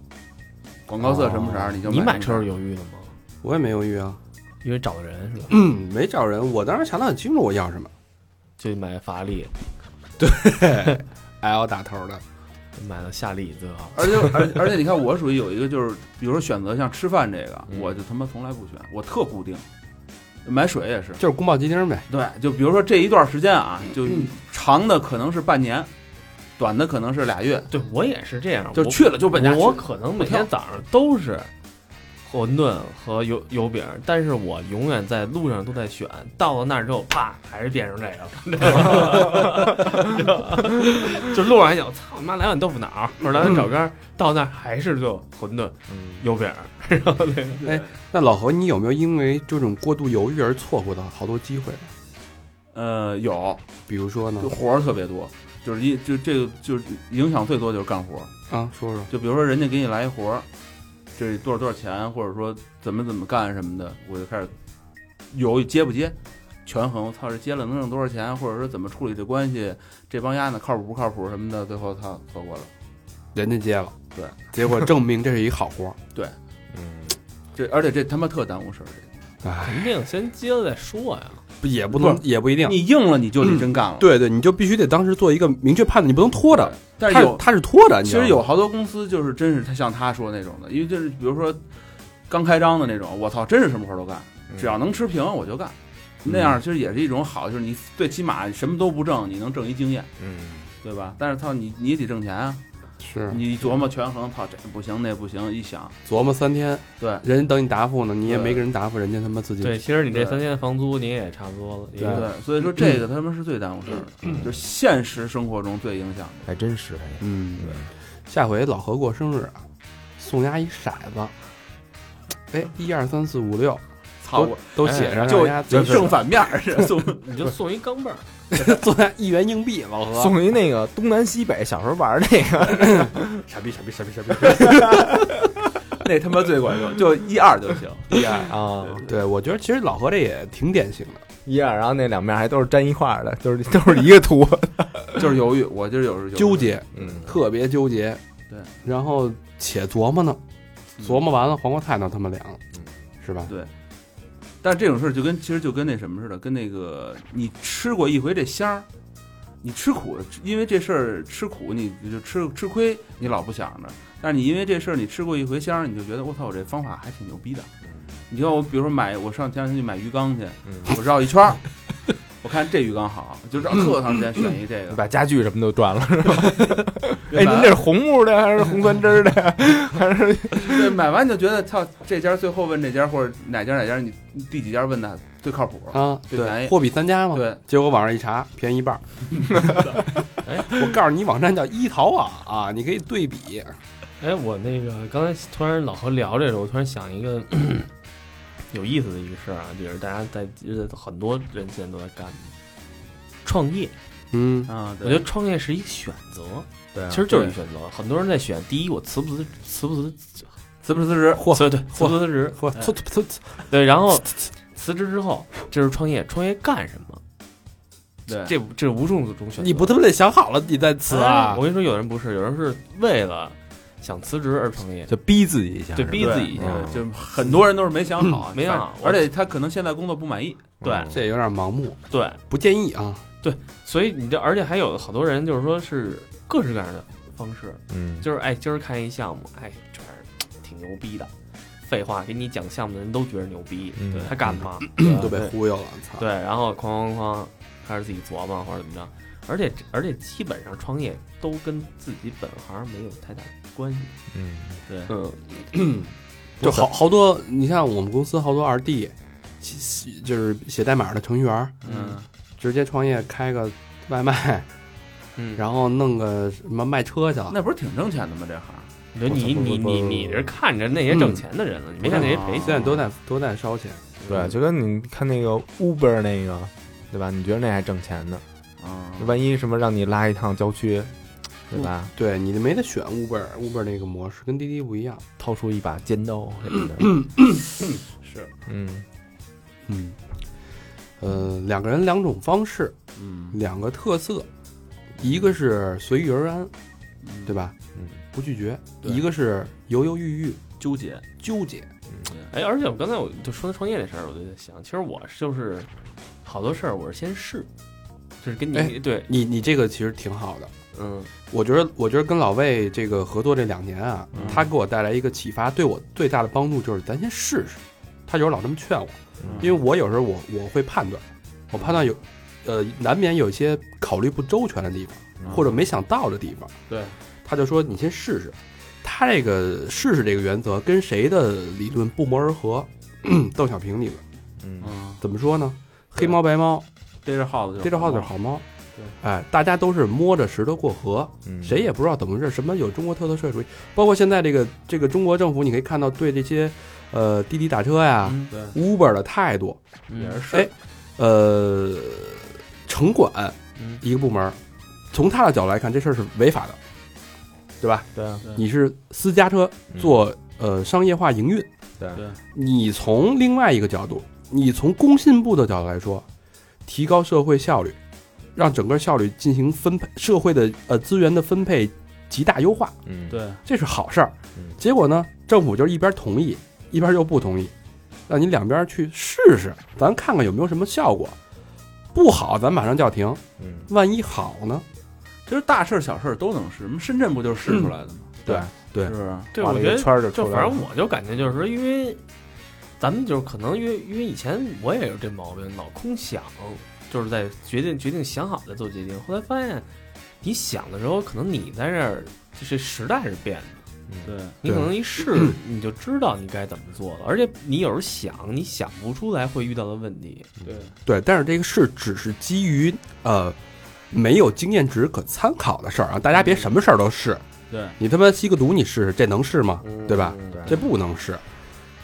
Speaker 6: 广告色什么色儿你就
Speaker 5: 你
Speaker 6: 买
Speaker 5: 买
Speaker 6: 什
Speaker 5: 车
Speaker 6: 么色儿
Speaker 5: 是犹豫的吗？
Speaker 4: 我也没犹豫啊，
Speaker 5: 因为找人是吧？
Speaker 4: 嗯，没找人，我当时想的很清楚，我要什么
Speaker 5: 就买法拉利，
Speaker 4: ，L 打头的，
Speaker 5: 买了夏利最好。
Speaker 6: 而且而而且你看，我属于有一个就是，比如说选择像吃饭这个，
Speaker 7: 嗯
Speaker 6: 我就他妈从来不选，我特固定。买水也是，
Speaker 4: 就是宫保鸡丁呗。
Speaker 6: 对，就比如说这一段时间啊，就长的可能是半年，短的可能是俩月，
Speaker 5: 对我也是这样，
Speaker 6: 就
Speaker 5: 我
Speaker 6: 去了就奔家去。
Speaker 5: 我可能每
Speaker 6: 不
Speaker 5: 天早
Speaker 6: 挑
Speaker 5: 上都是馄饨和油油饼，但是我永远在路上都在选，到了那儿之后，啪，还是变成这个了。 就路上还想，操妈来碗豆腐脑，或者来碗炒肝，到那儿还是就馄饨、油饼，然后那个
Speaker 4: 那老何，你有没有因为这种过度犹豫而错过的好多机会？
Speaker 6: 呃，有
Speaker 4: 比如说呢
Speaker 6: 就？活儿特别多，就是一就这个就是影响最多就是干活儿。
Speaker 4: 啊，说说，
Speaker 6: 就比如说人家给你来一活儿，这多少多少钱，或者说怎么怎么干什么的，我就开始犹豫接不接，权衡，我操，这接了能挣多少钱，或者说怎么处理这关系，这帮丫呢靠谱不靠谱什么的，最后操错过了。
Speaker 4: 人家接了，
Speaker 6: 对，
Speaker 4: 结果证明这是一好活儿。
Speaker 7: 嗯，
Speaker 6: 这而且这他妈特耽误事儿，这
Speaker 4: 哎，
Speaker 5: 肯定先接了再说呀。
Speaker 4: 不哎也不能，也不一定。
Speaker 6: 你硬了你就得真干了。
Speaker 4: 对对，你就必须得当时做一个明确判断，你不能拖着。
Speaker 6: 但是
Speaker 4: 他
Speaker 6: 有
Speaker 4: 他是拖着，你
Speaker 6: 其
Speaker 4: 知道
Speaker 6: 实
Speaker 4: 吗
Speaker 6: 有好多公司就是真是他像他说那种的，因为就是比如说刚开张的那种，我操，真是什么活儿都干，
Speaker 4: 嗯
Speaker 6: 只要能吃平我就干。那样其实也是一种好，就是你最起码什么都不挣，你能挣一经验。
Speaker 7: 嗯，
Speaker 6: 对吧？但是操你你也得挣钱啊！
Speaker 4: 是
Speaker 6: 你一琢磨权衡，操这不行那不行，一想
Speaker 4: 琢磨三天，
Speaker 6: 对
Speaker 4: 人家等你答复呢，你也
Speaker 6: 对
Speaker 4: 没给人答复，人家他妈自己
Speaker 5: 对，其实你这
Speaker 6: 对
Speaker 5: 三天的房租你也差不多了，也
Speaker 6: 对，所以说这个他妈是最耽误事儿的，就是现实生活中最影响的。
Speaker 7: 还真是哎，
Speaker 4: 嗯，下回老何过生日啊，送丫一骰子，哎，一二三四五六
Speaker 6: 操我
Speaker 4: 都写上，
Speaker 6: 就
Speaker 4: 让丫自
Speaker 6: 就
Speaker 4: 己
Speaker 6: 正反面儿 是送
Speaker 5: 你就送一钢镚儿。
Speaker 4: 送他一元硬币，老何
Speaker 7: 送一那个东南西北小时候玩那个，
Speaker 4: 傻逼傻逼傻逼傻逼
Speaker 6: 那他妈最管用，就一二就行。
Speaker 4: 一二啊！
Speaker 7: 啊，
Speaker 4: 对，我觉得其实老何这也挺典型的，
Speaker 7: 一二，然后那两面还都是粘一块儿的，就是 都是一个图。
Speaker 6: 就是犹豫，我就是有时候犹豫
Speaker 4: 纠，结，
Speaker 7: 嗯
Speaker 4: 特别纠结，
Speaker 6: 对，
Speaker 4: 然后且琢磨呢，
Speaker 6: 嗯
Speaker 4: 琢磨完了，黄瓜菜都他妈凉了
Speaker 7: 嗯，
Speaker 4: 是吧？
Speaker 6: 但是这种事儿就跟其实就跟那什么似的，跟那个你吃过一回这香儿，你吃苦，因为这事儿吃苦，你你就吃吃亏，你老不想着。但是你因为这事儿你吃过一回香儿，你就觉得我操，我这方法还挺牛逼的。你像我，比如说买，我上前两天去买鱼缸去，
Speaker 7: 嗯，
Speaker 6: 我绕一圈儿，我看这鱼缸好，就绕特长时间选一这个。
Speaker 7: 把家具什么都转了。 哎，
Speaker 6: 原来
Speaker 7: 您这是红木的还是红酸枝儿的？
Speaker 6: 对买完就觉得操，这家最后问这家或者哪家哪家，你你第几家问的最靠谱？
Speaker 4: 啊，
Speaker 6: 对便宜
Speaker 4: 货比三家嘛。
Speaker 6: 对，
Speaker 4: 结果网上一查，便宜一半儿。
Speaker 5: 哎
Speaker 4: 我告诉你，网站叫一淘网啊，你可以对比。
Speaker 5: 哎，我那个刚才突然老和聊这个，我突然想一个 有意思的一个事儿啊，就是大家在呃很多人现在都在干的创业。
Speaker 4: 嗯
Speaker 6: 啊，
Speaker 5: 我觉得创业是一个选择，
Speaker 6: 对，
Speaker 5: 其实就是一个选择。很多人在选，第一我辞不辞辞不辞
Speaker 6: 辞不辞职，
Speaker 5: 嚯，对对，辞不辞职，
Speaker 4: 嚯
Speaker 5: 哎 对，然后辞职之后，这是创业，创业干什么？
Speaker 6: 对，
Speaker 5: 这这无数种选择。哎
Speaker 4: 你不他妈得想好了你再辞啊
Speaker 5: 我！跟你说，有人不是，有人是为了想辞职而创业，
Speaker 8: 就逼自己一下，
Speaker 5: 对，
Speaker 8: 是吧
Speaker 5: 逼自己一下。
Speaker 4: 哦
Speaker 8: 嗯
Speaker 6: 就很多人都是没想好，啊
Speaker 5: 没想好
Speaker 6: 反而且他可能现在工作不满意，
Speaker 5: 对
Speaker 4: 这有点盲目，
Speaker 5: 对，
Speaker 4: 不建议啊。
Speaker 5: 所以你这，而且还有好多人就是说是各式各样的方式，
Speaker 8: 嗯，
Speaker 5: 就是哎，今儿看一项目，哎，这玩意儿挺牛逼的。废话，给你讲项目的人都觉得牛逼，
Speaker 8: 嗯
Speaker 5: 对他干嘛？
Speaker 4: 嗯
Speaker 6: 嗯
Speaker 4: 都被忽悠了，操！
Speaker 5: 对，然后哐哐哐开始自己琢磨或者怎么着，而且而且基本上创业都跟自己本行没有太大关系。
Speaker 8: 嗯，
Speaker 5: 嗯，
Speaker 4: 就好好多，你像我们公司好多 R D，写写就是写代码的程序员，
Speaker 6: 嗯，
Speaker 4: 直接创业开个外卖，
Speaker 5: 嗯
Speaker 4: 然后弄个什么卖车去了。啊
Speaker 6: 那不是挺挣钱的吗？这行
Speaker 5: 你说你
Speaker 4: 不不
Speaker 5: 你
Speaker 4: 不
Speaker 5: 你
Speaker 4: 不
Speaker 5: 你这看着那些挣钱的人了，你没看那些赔
Speaker 4: 嗯现在
Speaker 5: 钱
Speaker 4: 都在都在烧钱，
Speaker 8: 对，就跟你看那个 Uber 那个，对吧？你觉得那还挣钱呢？
Speaker 6: 啊，
Speaker 4: 嗯
Speaker 8: 万一什么让你拉一趟郊区，对吧？
Speaker 4: 对你就没得选 Uber Uber 那个模式，跟滴滴不一样。
Speaker 8: 掏出一把尖
Speaker 5: 哦
Speaker 8: 刀什么 的，
Speaker 6: 是，
Speaker 8: 嗯
Speaker 4: 嗯，呃，两个人两种方式，
Speaker 6: 嗯，
Speaker 4: 两个特色，一个是随遇而安，对吧？
Speaker 8: 嗯，
Speaker 4: 不拒绝；
Speaker 6: 对
Speaker 4: 一个是犹犹豫豫，
Speaker 6: 纠结，
Speaker 4: 纠结。
Speaker 5: 哎，而且我刚才我就说创业这事儿，我就在想，其实我就是好多事儿，我是先试，就是跟
Speaker 4: 哎
Speaker 5: 你对，
Speaker 4: 你你这个其实挺好的，
Speaker 5: 嗯
Speaker 4: 我觉得，我觉得跟老魏这个合作这两年啊，他给我带来一个启发，对我最大的帮助就是咱先试试。他有时候老这么劝我，因为我有时候我我会判断，我判断有，呃，难免有一些考虑不周全的地方，或者没想到的地方。
Speaker 5: 对，
Speaker 4: 他就说你先试试。他这个试试这个原则跟谁的理论不谋而合？ 邓小平理论
Speaker 8: 嗯
Speaker 6: 嗯，
Speaker 4: 怎么说呢？黑猫白猫，
Speaker 6: 逮着耗子就
Speaker 4: 逮着耗子就是好猫。哎，大家都是摸着石头过河，
Speaker 8: 嗯，
Speaker 4: 谁也不知道怎么回事，什么有中国特色社会主义，包括现在这个这个中国政府，你可以看到对这些呃滴滴打车呀、
Speaker 5: 嗯
Speaker 6: 对
Speaker 4: Uber 的态度，
Speaker 5: 也是
Speaker 4: 哎，呃，城管
Speaker 5: 嗯
Speaker 4: 一个部门儿，从他的角度来看，这事儿是违法的，对吧？
Speaker 8: 对啊，
Speaker 4: 你是私家车
Speaker 8: 嗯
Speaker 4: 做呃商业化营运，
Speaker 8: 对
Speaker 6: 对
Speaker 4: 你从另外一个角度，你从工信部的角度来说，提高社会效率，让整个效率进行分配，社会的呃资源的分配极大优化，
Speaker 8: 嗯
Speaker 6: 对，
Speaker 4: 这是好事儿
Speaker 8: 嗯。
Speaker 4: 结果呢，政府就是一边同意，一边又不同意，让你两边去试试，咱看看有没有什么效果。不好，咱马上叫停。
Speaker 8: 嗯
Speaker 4: 万一好呢？
Speaker 6: 其实大事儿小事儿都能是，什么深圳不就是试出来的吗？
Speaker 4: 对对
Speaker 6: 是不是？
Speaker 5: 对，
Speaker 8: 画
Speaker 5: 我
Speaker 8: 了一
Speaker 5: 觉
Speaker 8: 个
Speaker 5: 得
Speaker 8: 圈儿就
Speaker 5: 就
Speaker 8: 出来
Speaker 5: 反
Speaker 8: 了
Speaker 5: 正。我就感觉就是说，因为咱们就是可能因为因为以前我也有这毛病，老空想，就是在决定决定想好再做决定。后来发现，你想的时候，可能你在这儿就是时代是变的，
Speaker 8: 嗯
Speaker 6: 对，
Speaker 5: 你可能一试你就知道你该怎么做了，而且你有时候想你想不出来会遇到的问题。
Speaker 4: 对，但是这个事只是基于呃没有经验值可参考的事儿啊，大家别什么事儿都试。
Speaker 6: 对，
Speaker 4: 你他妈吸个毒你试试，这能试吗？
Speaker 5: 嗯
Speaker 4: 对吧？
Speaker 5: 对
Speaker 4: 这不能试，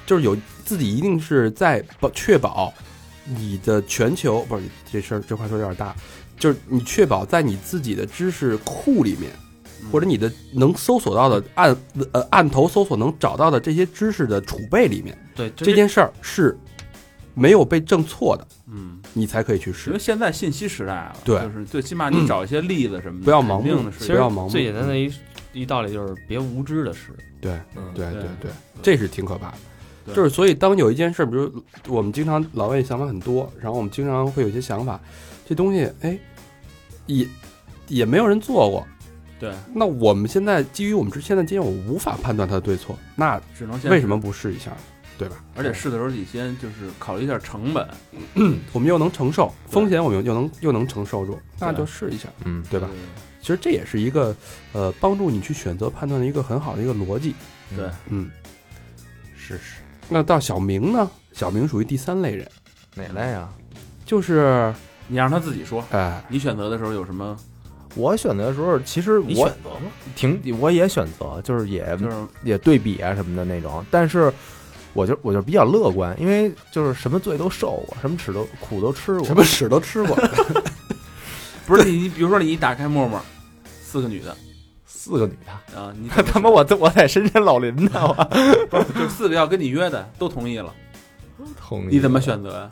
Speaker 4: 就是有自己一定是在保确保你的全球不是这事儿这话说有点大，就是你确保在你自己的知识库里面，或者你的能搜索到的案呃案头搜索能找到的这些知识的储备里面，
Speaker 5: 对，就
Speaker 4: 这件事儿是没有被证错的，
Speaker 6: 嗯，
Speaker 4: 你才可以去
Speaker 6: 因
Speaker 4: 试
Speaker 6: 为。现在信息时代了，
Speaker 4: 对嗯
Speaker 6: 就是最起码你找一些例子什么的，
Speaker 4: 不要盲目
Speaker 6: 肯定的是
Speaker 5: 其
Speaker 4: 不
Speaker 5: 实
Speaker 4: 要盲目
Speaker 5: 最简单的一一道理就是别无知的事。
Speaker 4: 对
Speaker 5: 嗯，
Speaker 4: 对
Speaker 6: 对
Speaker 4: 对对，这是挺可怕的。
Speaker 6: 对
Speaker 4: 就是所以，当有一件事，比如我们经常老外想法很多，然后我们经常会有一些想法，这东西哎，也也没有人做过。
Speaker 6: 对，
Speaker 4: 那我们现在基于我们之现在经验，我无法判断它的对错，那
Speaker 6: 只能先
Speaker 4: 为什么？不试一下，对吧？
Speaker 6: 而且试的时候得先就是考虑一下成本，
Speaker 4: 我们又能承受
Speaker 6: 对
Speaker 4: 风险，我们又能又能承受住，那
Speaker 6: 对
Speaker 4: 就试一下，
Speaker 8: 嗯，
Speaker 4: 对吧？其实这也是一个呃帮助你去选择判断的一个很好的一个逻辑。
Speaker 6: 对，
Speaker 4: 嗯，是是。那到小明呢？小明属于第三类人，
Speaker 8: 哪类啊？
Speaker 4: 就是
Speaker 6: 你让他自己说，
Speaker 4: 哎，
Speaker 6: 你选择的时候有什么？
Speaker 8: 我选择的时候，其实
Speaker 5: 你
Speaker 8: 我
Speaker 5: 选择吗？
Speaker 8: 挺，我也选择，就是也
Speaker 4: 嗯
Speaker 6: 就是
Speaker 8: 也对比啊什么的那种，但是我就我就比较乐观，因为就是什么罪都受过，什么耻都苦都吃过，
Speaker 4: 什么屎都吃过，
Speaker 6: 不是你，你比如说你一打开陌陌，四个女的
Speaker 8: 四个女的，
Speaker 6: 啊， 你
Speaker 8: 他妈我在我在深山老林呢，我
Speaker 6: 就四个要跟你约的都同意了，
Speaker 8: 同意
Speaker 6: 你怎么选择呀？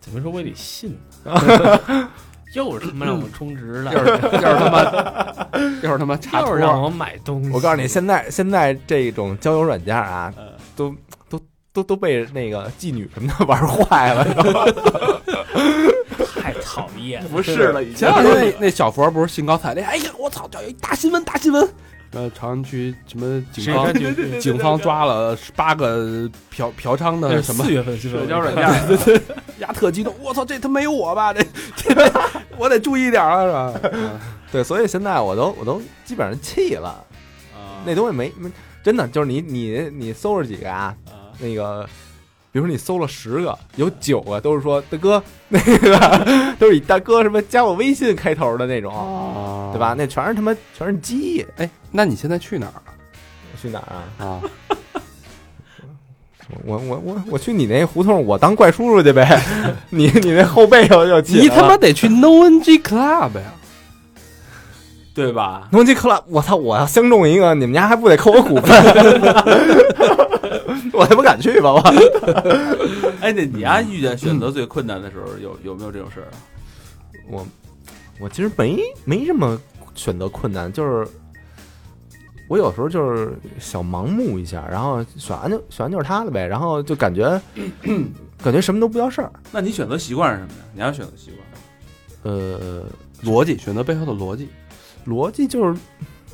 Speaker 5: 怎么说我也得信呢？ 又是他妈让我充值了，
Speaker 4: 要是 要是他妈，要是他妈查
Speaker 5: 又
Speaker 4: 托
Speaker 5: 是让我买东西。
Speaker 8: 我告诉你，现在现在这种交友软件啊
Speaker 6: 嗯，
Speaker 8: 都都都都被那个妓女什么的 玩坏了，你知道吗
Speaker 5: 太讨厌了，
Speaker 6: 不是了，已经
Speaker 4: 前两天那那小佛不是兴高采烈，哎呀，我操，这有一大新闻，大新闻！呃，朝阳区什么警方
Speaker 5: 是对对对对
Speaker 4: 警方抓了十八个嫖嫖娼
Speaker 5: 那
Speaker 4: 的
Speaker 5: 是
Speaker 4: 什么
Speaker 5: 四，月份新闻
Speaker 6: 社交软件
Speaker 4: 对对对，丫特激动，我操，这他没有我吧？这这我得注意点啊，是吧？
Speaker 8: 对，所以现在我都我都基本上弃了，
Speaker 6: 啊
Speaker 8: 那东西没没真的就是你你你搜了几个啊，
Speaker 6: 啊
Speaker 8: 那个，比如说你搜了十个，有九个都是说大哥， 那个都是以大哥什么加我微信开头的那种，
Speaker 4: 啊
Speaker 8: 对吧？？那全是他妈全是鸡，
Speaker 4: 哎，那你现在去哪儿
Speaker 8: 我去哪儿啊？
Speaker 4: 啊？
Speaker 8: 我我我我去你那胡同，我当怪叔叔去呗。 你你那后背又又起来
Speaker 4: 你
Speaker 8: 了
Speaker 4: 他妈得 去 No N G Club 呀！
Speaker 6: 对吧？
Speaker 8: 农机克拉，我操！我要相中一个，你们家还不得扣我股份？ 我他妈敢去吧？我
Speaker 6: 哎，那你啊，遇见选择最困难的时候，有有没有这种事儿啊？
Speaker 8: 我我其实没没什么选择困难，就是我有时候就是小盲目一下，然后选完就选完就是他了呗，然后就感觉感觉什么都不叫事儿。
Speaker 6: 那你选择习惯是什么呀？你还有选择习惯？
Speaker 8: 呃，
Speaker 4: 逻辑选择背后的逻辑，
Speaker 8: 逻辑就是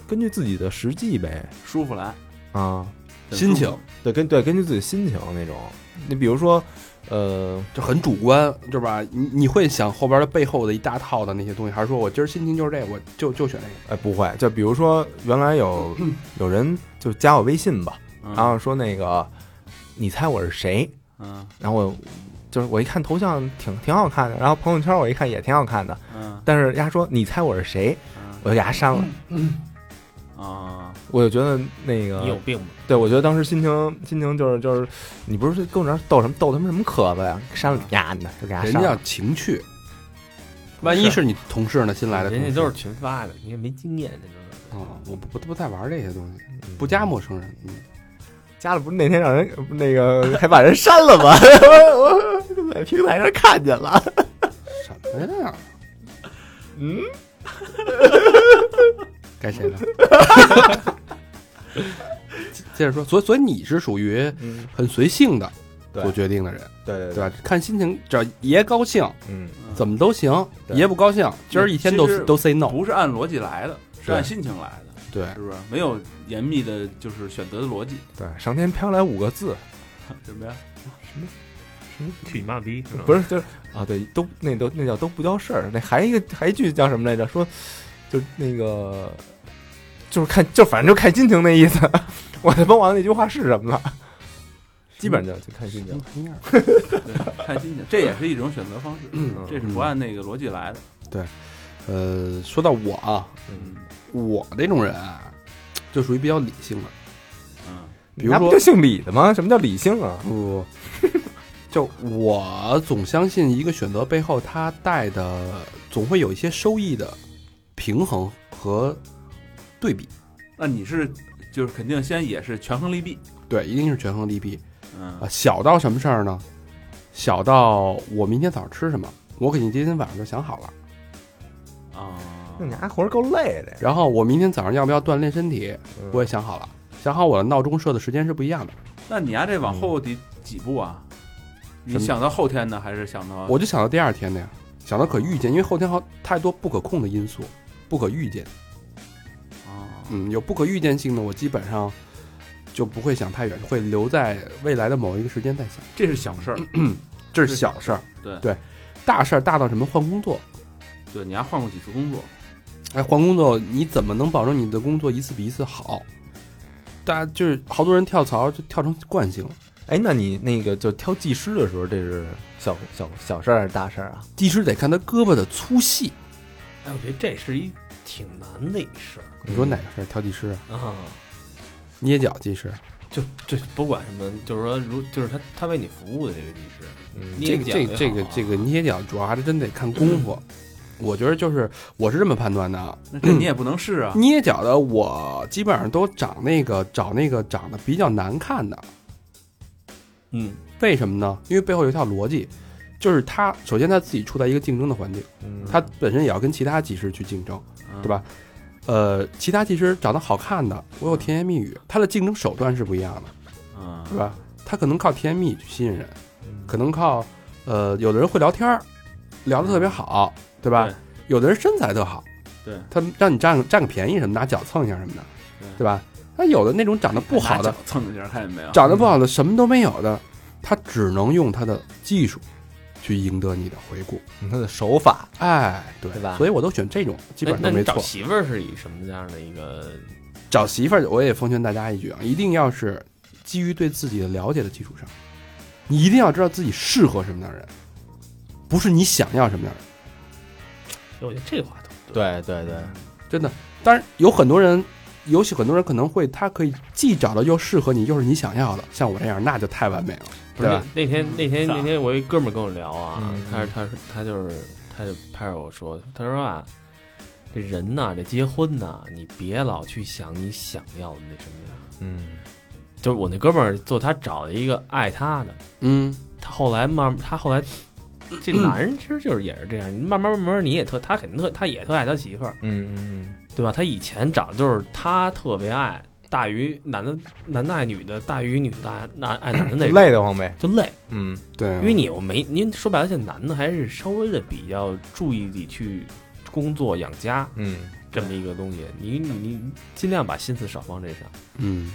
Speaker 8: 根据自己的实际呗
Speaker 6: 舒服来，
Speaker 8: 啊，
Speaker 6: 很
Speaker 4: 心情
Speaker 6: 舒服
Speaker 8: 对，根对根据自己心情那种。你比如说，呃，
Speaker 4: 这很主观，对吧？你你会想后边的背后的一大套的那些东西，还是说我今儿心情就是这个，我就就选这个？
Speaker 8: 哎，不会，就比如说原来有有人就加我微信吧，
Speaker 6: 嗯
Speaker 8: 然后说那个你猜我是谁，
Speaker 6: 嗯
Speaker 8: 然后我就是我一看头像挺挺好看的，然后朋友圈我一看也挺好看的，
Speaker 6: 嗯
Speaker 8: 但是丫说你猜我是谁，
Speaker 6: 嗯
Speaker 8: 我就给他删了，
Speaker 6: 啊，
Speaker 8: 我就觉得那
Speaker 5: 你有
Speaker 8: 个，
Speaker 5: 病吧？
Speaker 8: 对我觉得当时心情心情就是就是，你不是跟我这儿逗什么逗他们什么壳子呀，删了你丫的，就给他
Speaker 4: 人
Speaker 8: 删
Speaker 4: 家叫
Speaker 8: 了。
Speaker 4: 情趣，万一是你同事呢，新来的同
Speaker 5: 人
Speaker 4: 事，
Speaker 5: 家都是群发的，你也没经验，这就是。
Speaker 4: 啊，我不不不太玩这些东西，不加陌生人，嗯
Speaker 8: 加了不是那天让人那个还把人删了吗？ 我我在平台上看见了。
Speaker 4: 什么呀？
Speaker 8: 嗯，
Speaker 4: 该谁了？接着说，所以所以你是属于
Speaker 8: 嗯，
Speaker 4: 很随性的
Speaker 8: 对
Speaker 4: 做决定的人，
Speaker 8: 对对
Speaker 4: 对吧？看心情，只要爷高兴，
Speaker 8: 嗯，
Speaker 4: 怎么都行。
Speaker 8: 对
Speaker 4: 爷不高兴，今儿一天都
Speaker 6: 其实
Speaker 4: 都 say no。
Speaker 6: 不是按逻辑来的，是
Speaker 4: 对
Speaker 6: 按心情来的，
Speaker 4: 对，
Speaker 6: 是不是？没有严密的，就是选择的逻辑，
Speaker 8: 对，上天飘来五个字，
Speaker 6: 什么呀？
Speaker 5: 去你妈逼！
Speaker 8: 不是就是啊，对，都那都那叫都不叫事儿，那还一个还一句叫什么来着？说就那个就是看就反正就看心情那意思。 我他妈忘了那句话是什么了，基本上就就看心情。
Speaker 4: 什么样？
Speaker 6: 对，看心情，这也是一种选择方式，这是不按那个逻辑来的。
Speaker 4: 呃，说到我啊，
Speaker 6: 嗯
Speaker 4: 我这种人啊，就属于比较理性的。
Speaker 6: 嗯
Speaker 4: 比如
Speaker 8: 那不
Speaker 4: 说
Speaker 8: 就，姓李的吗？什么叫理性啊？
Speaker 4: 不， 就我总相信一个选择背后它带的总会有一些收益的平衡和对比。
Speaker 6: 那你是就是肯定先也是权衡利弊，
Speaker 4: 对，一定是权衡利弊啊。
Speaker 6: 嗯
Speaker 4: 小到什么事儿呢？小到我明天早上吃什么，我肯定今天晚上就想好了。
Speaker 6: 啊，
Speaker 8: 那你还活着够累的呀。
Speaker 4: 然后我明天早上要不要锻炼身体，
Speaker 8: 嗯
Speaker 4: 我也想好了。想好我的闹钟设的时间是不一样的，
Speaker 6: 那你呀啊这往后得几步啊？你
Speaker 4: 什么
Speaker 6: 想到后天呢，还是想到
Speaker 4: 我就想到第二天的呀，想到可预见，因为后天好太多不可控的因素，不可预见。
Speaker 6: 啊？
Speaker 4: 嗯，有不可预见性的，我基本上就不会想太远，会留在未来的某一个时间再想。
Speaker 6: 这是小事儿，
Speaker 4: 这是小事儿，
Speaker 6: 对
Speaker 4: 对，大事儿大到什么换工作？
Speaker 6: 对，你还换过几次工作？
Speaker 4: 哎，换工作你怎么能保证你的工作一次比一次好？大家就是好多人跳槽就跳成惯性了。
Speaker 8: 哎，那你那个就挑技师的时候，这是小小小事儿还是大事儿啊？
Speaker 4: 技师得看他胳膊的粗细，
Speaker 5: 哎，我觉得这是一挺难的一事儿
Speaker 4: 你说哪个事儿？挑技师啊，
Speaker 5: 啊。
Speaker 4: 捏脚技师，啊
Speaker 5: 就就不管什么，就是说，如就是他他为你服务的这个技师，
Speaker 8: 嗯
Speaker 5: 你
Speaker 4: 这个这
Speaker 5: 捏脚
Speaker 4: 个这
Speaker 5: 也
Speaker 4: 个
Speaker 5: 好啊嗯
Speaker 4: 这个捏脚主要还是真得看功夫，我觉得就是我是这么判断的啊，
Speaker 6: 那这你也不能试啊。
Speaker 4: 捏脚的我基本上都长那个找那个长得比较难看的，
Speaker 5: 嗯，
Speaker 4: 为什么呢？因为背后有一套逻辑，就是他首先他自己处在一个竞争的环境，
Speaker 8: 嗯
Speaker 4: 他本身也要跟其他技师去竞争，
Speaker 6: 嗯
Speaker 4: 对吧？呃，其他技师长得好看的，我有甜言蜜语，他的竞争手段是不一样的，
Speaker 6: 嗯，
Speaker 4: 对吧？他可能靠甜言蜜语去吸引人，可能靠呃，有的人会聊天儿，聊得特别好，对吧？
Speaker 6: 对
Speaker 4: 有的人身材特好，
Speaker 6: 对
Speaker 4: 他让你占个占个便宜什么，拿脚蹭一下什么的，
Speaker 6: 对哎
Speaker 4: 对吧？那有的那种长得不好的
Speaker 6: 拿脚， 蹭一下，看见没有？
Speaker 4: 长得不好的什么都没有的，他只能用他的技术去赢得你的回顾。
Speaker 8: 他的手法，
Speaker 4: 哎，对
Speaker 8: 对吧
Speaker 4: 所以我都选这种，基本上
Speaker 5: 那
Speaker 4: 都
Speaker 5: 那
Speaker 4: 没
Speaker 5: 你找
Speaker 4: 错。
Speaker 5: 媳妇儿是以什么样的一个？
Speaker 4: 找媳妇儿，我也奉劝大家一句啊，一定要是基于对自己的了解的基础上，你一定要知道自己适合什么样的人，不是你想要什么样的人。
Speaker 5: 我觉得这话都
Speaker 8: 对对对，
Speaker 4: 真的，当然有很多人，有很多人可能会，他可以既找到又适合你，又是你想要的，像我这样，那就太完美了，
Speaker 5: 不
Speaker 4: 对
Speaker 5: 是
Speaker 4: 吧？
Speaker 5: 那天那天那天我一哥们儿跟我聊啊
Speaker 8: 嗯，
Speaker 5: 他他他就是他就拍着我说，他说啊，这人呐，这结婚呐，你别老去想你想要的那什么样。
Speaker 8: 嗯，
Speaker 5: 就是我那哥们儿，就他找了一个爱他的，
Speaker 4: 嗯，
Speaker 5: 他后来慢，他后来这男人其实就是也是这样，你慢慢慢慢你也特，他肯定特，他也特爱他媳妇儿，
Speaker 8: 嗯嗯
Speaker 5: 对吧？他以前找就是他特别爱，大于男的男的爱女的，大于女的爱男爱男的那
Speaker 8: 嗯，
Speaker 5: 种，
Speaker 8: 累得慌呗，
Speaker 5: 就累，
Speaker 8: 嗯，
Speaker 4: 对啊，
Speaker 5: 因为你又没，您说白了，现在男的还是稍微的比较注意地去工作养家
Speaker 8: 嗯，
Speaker 5: 这么一个东西，你你你尽量把心思少放这上，
Speaker 4: 嗯，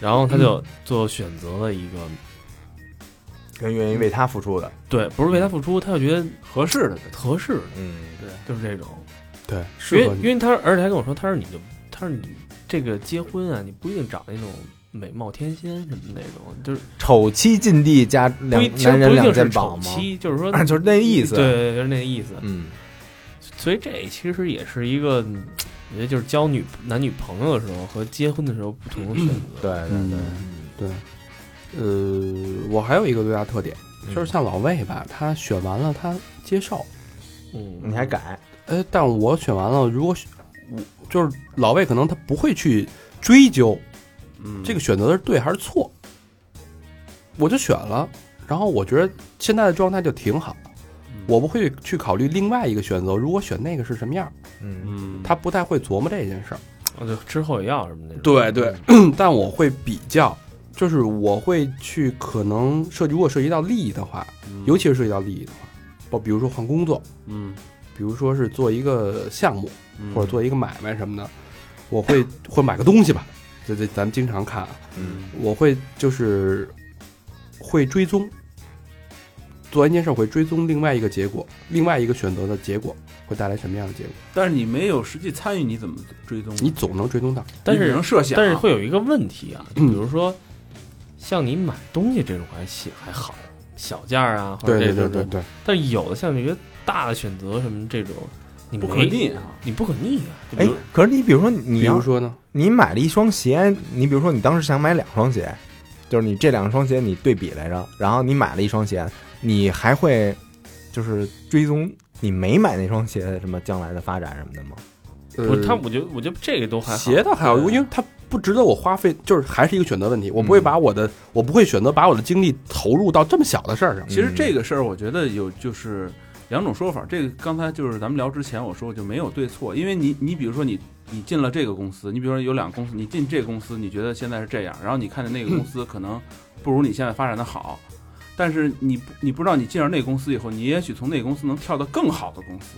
Speaker 5: 然后他
Speaker 8: 嗯
Speaker 5: 就最后选择了一个。
Speaker 8: 更愿意为他付出的，
Speaker 5: 对，不是为他付出，他就觉得
Speaker 6: 合适的，
Speaker 5: 合适的，
Speaker 8: 嗯，对，
Speaker 5: 就是这种。
Speaker 4: 对，
Speaker 5: 因
Speaker 4: 适合
Speaker 5: 为因
Speaker 4: 你，
Speaker 5: 为他，而且还跟我说，他说你就，他说你这个结婚啊，你不一定找那种美貌天仙什么那种，就是
Speaker 8: 丑妻禁地加
Speaker 5: 不
Speaker 8: 两
Speaker 5: 一，其实
Speaker 8: 男人
Speaker 5: 不一
Speaker 8: 两
Speaker 5: 定
Speaker 8: 件
Speaker 5: 是
Speaker 8: 宝
Speaker 5: 丑
Speaker 8: 吗？
Speaker 5: 妻，就是说
Speaker 8: 就是那意思，
Speaker 5: 对，对，就是那意思。
Speaker 8: 嗯，
Speaker 5: 所以这其实也是一个，嗯我觉得就是交女男女朋友的时候和结婚的时候不同的选择。
Speaker 8: 对对对，
Speaker 4: 嗯对，呃，我还有一个最大特点，就是像老魏吧，他选完了他接受，
Speaker 5: 嗯，
Speaker 8: 你还改，
Speaker 4: 呃，但我选完了，如果选我就是老魏，可能他不会去追究
Speaker 6: 嗯，
Speaker 4: 这个选择的是对还是错，我就选了，然后我觉得现在的状态就挺好，
Speaker 6: 嗯
Speaker 4: 我不会去考虑另外一个选择，如果选那个是什么样，
Speaker 8: 嗯
Speaker 6: 嗯，
Speaker 4: 他不太会琢磨这件事儿。
Speaker 5: 啊就之后也要什么那种。
Speaker 4: 对对，但我会比较，就是我会去可能涉及，如果涉及到利益的话，尤其是涉及到利益的话，不，比如说换工作，
Speaker 6: 嗯
Speaker 4: 比如说是做一个项目
Speaker 6: 嗯
Speaker 4: 或者做一个买卖什么的，我 会或者买个东西吧，这这咱们经常看啊，
Speaker 8: 嗯
Speaker 4: 我会就是会追踪，做完一件事儿会追踪另外一个结果，另外一个选择的结果会带来什么样的结果，
Speaker 6: 但是你没有实际参与，你怎么追
Speaker 1: 嗯
Speaker 6: 踪？
Speaker 4: 你总能追踪到。
Speaker 5: 但
Speaker 6: 你只
Speaker 5: 是
Speaker 6: 能设想，
Speaker 5: 但是会有一个问题啊，就比
Speaker 4: 嗯
Speaker 5: 如说像你买东西这种还行还好，小件儿啊，或者
Speaker 4: 对
Speaker 5: 这
Speaker 4: 对
Speaker 5: 种
Speaker 4: 对对，
Speaker 5: 但是有的像一个大的选择什么这种，你
Speaker 6: 不可
Speaker 5: 没，
Speaker 6: 逆啊。
Speaker 5: 你不可逆啊。就比
Speaker 8: 哎
Speaker 5: 如，
Speaker 8: 可是你比如说你
Speaker 4: 比
Speaker 8: 要
Speaker 4: 如说呢，
Speaker 8: 你买了一双鞋，你比如说你当时想买两双鞋，就是你这两双鞋你对比来着，然后你买了一双鞋，你还会就是追踪你没买那双鞋的什么将来的发展什么的吗？
Speaker 5: 不是
Speaker 4: 呃
Speaker 5: 他，我觉得我觉得这个都还好。
Speaker 4: 鞋倒还好，因为它不值得我花费，就是还是一个选择问题。我不会把我的，我不会选择把我的精力投入到这么小的事儿上。
Speaker 6: 其实这个事儿，我觉得有就是两种说法。这个刚才就是咱们聊之前我说就没有对错，因为你你比如说你你进了这个公司，你比如说有两个公司，你进这个公司你觉得现在是这样，然后你看着那个公司可能不如你现在发展的好，但是你不你不知道你进了那个公司以后，你也许从那个公司能跳到更好的公司，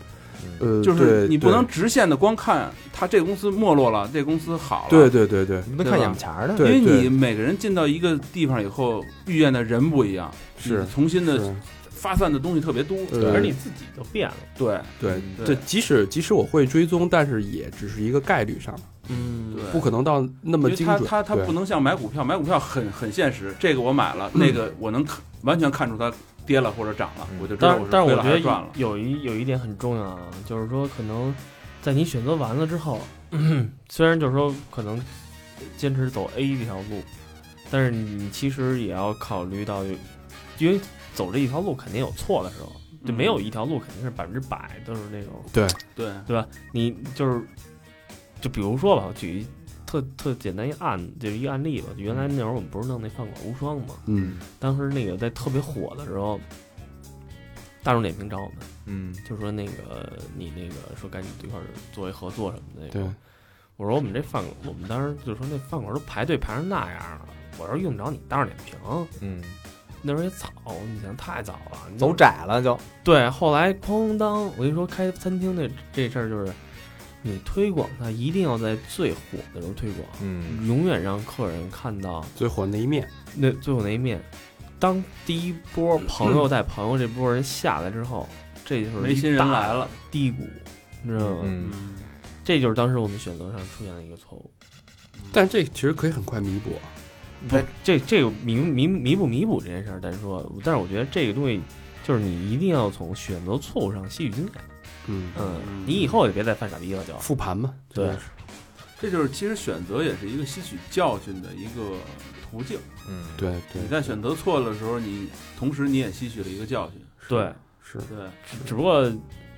Speaker 4: 呃，
Speaker 6: 就是
Speaker 4: 对
Speaker 6: 你不能
Speaker 4: 对
Speaker 6: 直线的光看它这个公司没落了，这个公司好了，
Speaker 4: 对对对对，
Speaker 8: 你不能
Speaker 6: 对
Speaker 8: 看
Speaker 6: 吧
Speaker 8: 眼前儿的，
Speaker 4: 对
Speaker 6: 因为你每个人进到一个地方以后，遇见的人不一样，
Speaker 4: 是
Speaker 6: 你重新的
Speaker 4: 是
Speaker 6: 发散的东西特别多，
Speaker 4: 对
Speaker 5: 而你自己都变了，
Speaker 6: 对
Speaker 4: 对
Speaker 6: 对
Speaker 4: 这即使即使我会追踪，但是也只是一个概率上的，
Speaker 5: 嗯
Speaker 6: 对，
Speaker 4: 不可能到那么
Speaker 6: 因为
Speaker 4: 精
Speaker 6: 它
Speaker 4: 准。
Speaker 6: 它它
Speaker 4: 对
Speaker 6: 不能像买股票，买股票很很现实，这个我买了，那
Speaker 4: 嗯
Speaker 6: 个我能看完全看出它跌了或者涨了，
Speaker 8: 嗯
Speaker 6: 我就知道
Speaker 5: 但
Speaker 6: 我
Speaker 5: 但是
Speaker 6: 亏了
Speaker 5: 我
Speaker 6: 还
Speaker 5: 觉
Speaker 6: 是赚了
Speaker 5: 得。有一有一点很重要啊，就是说可能在你选择完了之后， 虽然就是说可能坚持走 A 这条路，但是你其实也要考虑到有，因为走这一条路肯定有错的时候，就没
Speaker 6: 嗯
Speaker 5: 有一条路肯定是百分之百都是那种，
Speaker 6: 对，
Speaker 5: 对吧？你就是，就比如说吧，我举一特特简单一案，就一个案例吧。就原来那会儿我们不是弄那饭馆无双嘛，
Speaker 6: 嗯
Speaker 5: 当时那个在特别火的时候，大众点评找我们，
Speaker 8: 嗯，
Speaker 5: 就说那个你那个说赶紧一块儿做一合作什么的。
Speaker 4: 对，
Speaker 5: 我说我们这饭，我们当时就说那饭馆都排队排成那样了，我说用不着你大众点评，
Speaker 8: 嗯，
Speaker 5: 那时候也早，你想太早了，你
Speaker 8: 走窄了就，
Speaker 5: 对，后来哐当，我跟你说，开餐厅这这事儿就是，你推广它一定要在最火的时候推广，
Speaker 8: 嗯
Speaker 5: 永远让客人看到
Speaker 4: 最火那一面，
Speaker 5: 那最后那一面。当第一波
Speaker 6: 嗯
Speaker 5: 朋友带朋友这波人下来之后，这就是
Speaker 6: 没新人来
Speaker 5: 了，低谷，你知道吗？
Speaker 8: 嗯，
Speaker 5: 这就是当时我们选择上出现的一个错误。
Speaker 4: 但这其实可以很快弥补啊。
Speaker 5: 不，这这个弥弥弥补弥补这件事儿，但是说，但是我觉得这个东西就是你一定要从选择错误上吸取经验。
Speaker 4: 嗯，
Speaker 5: 嗯，你以后也别再犯傻逼了，就
Speaker 4: 复盘嘛，这就
Speaker 5: 对
Speaker 4: 是
Speaker 6: 这就是其实选择也是一个吸取教训的一个途径。
Speaker 8: 嗯，
Speaker 4: 对对
Speaker 6: 你在选择错了的时候，你同时你也吸取了一个教训。
Speaker 5: 对，
Speaker 4: 是
Speaker 6: 对，
Speaker 5: 只只不过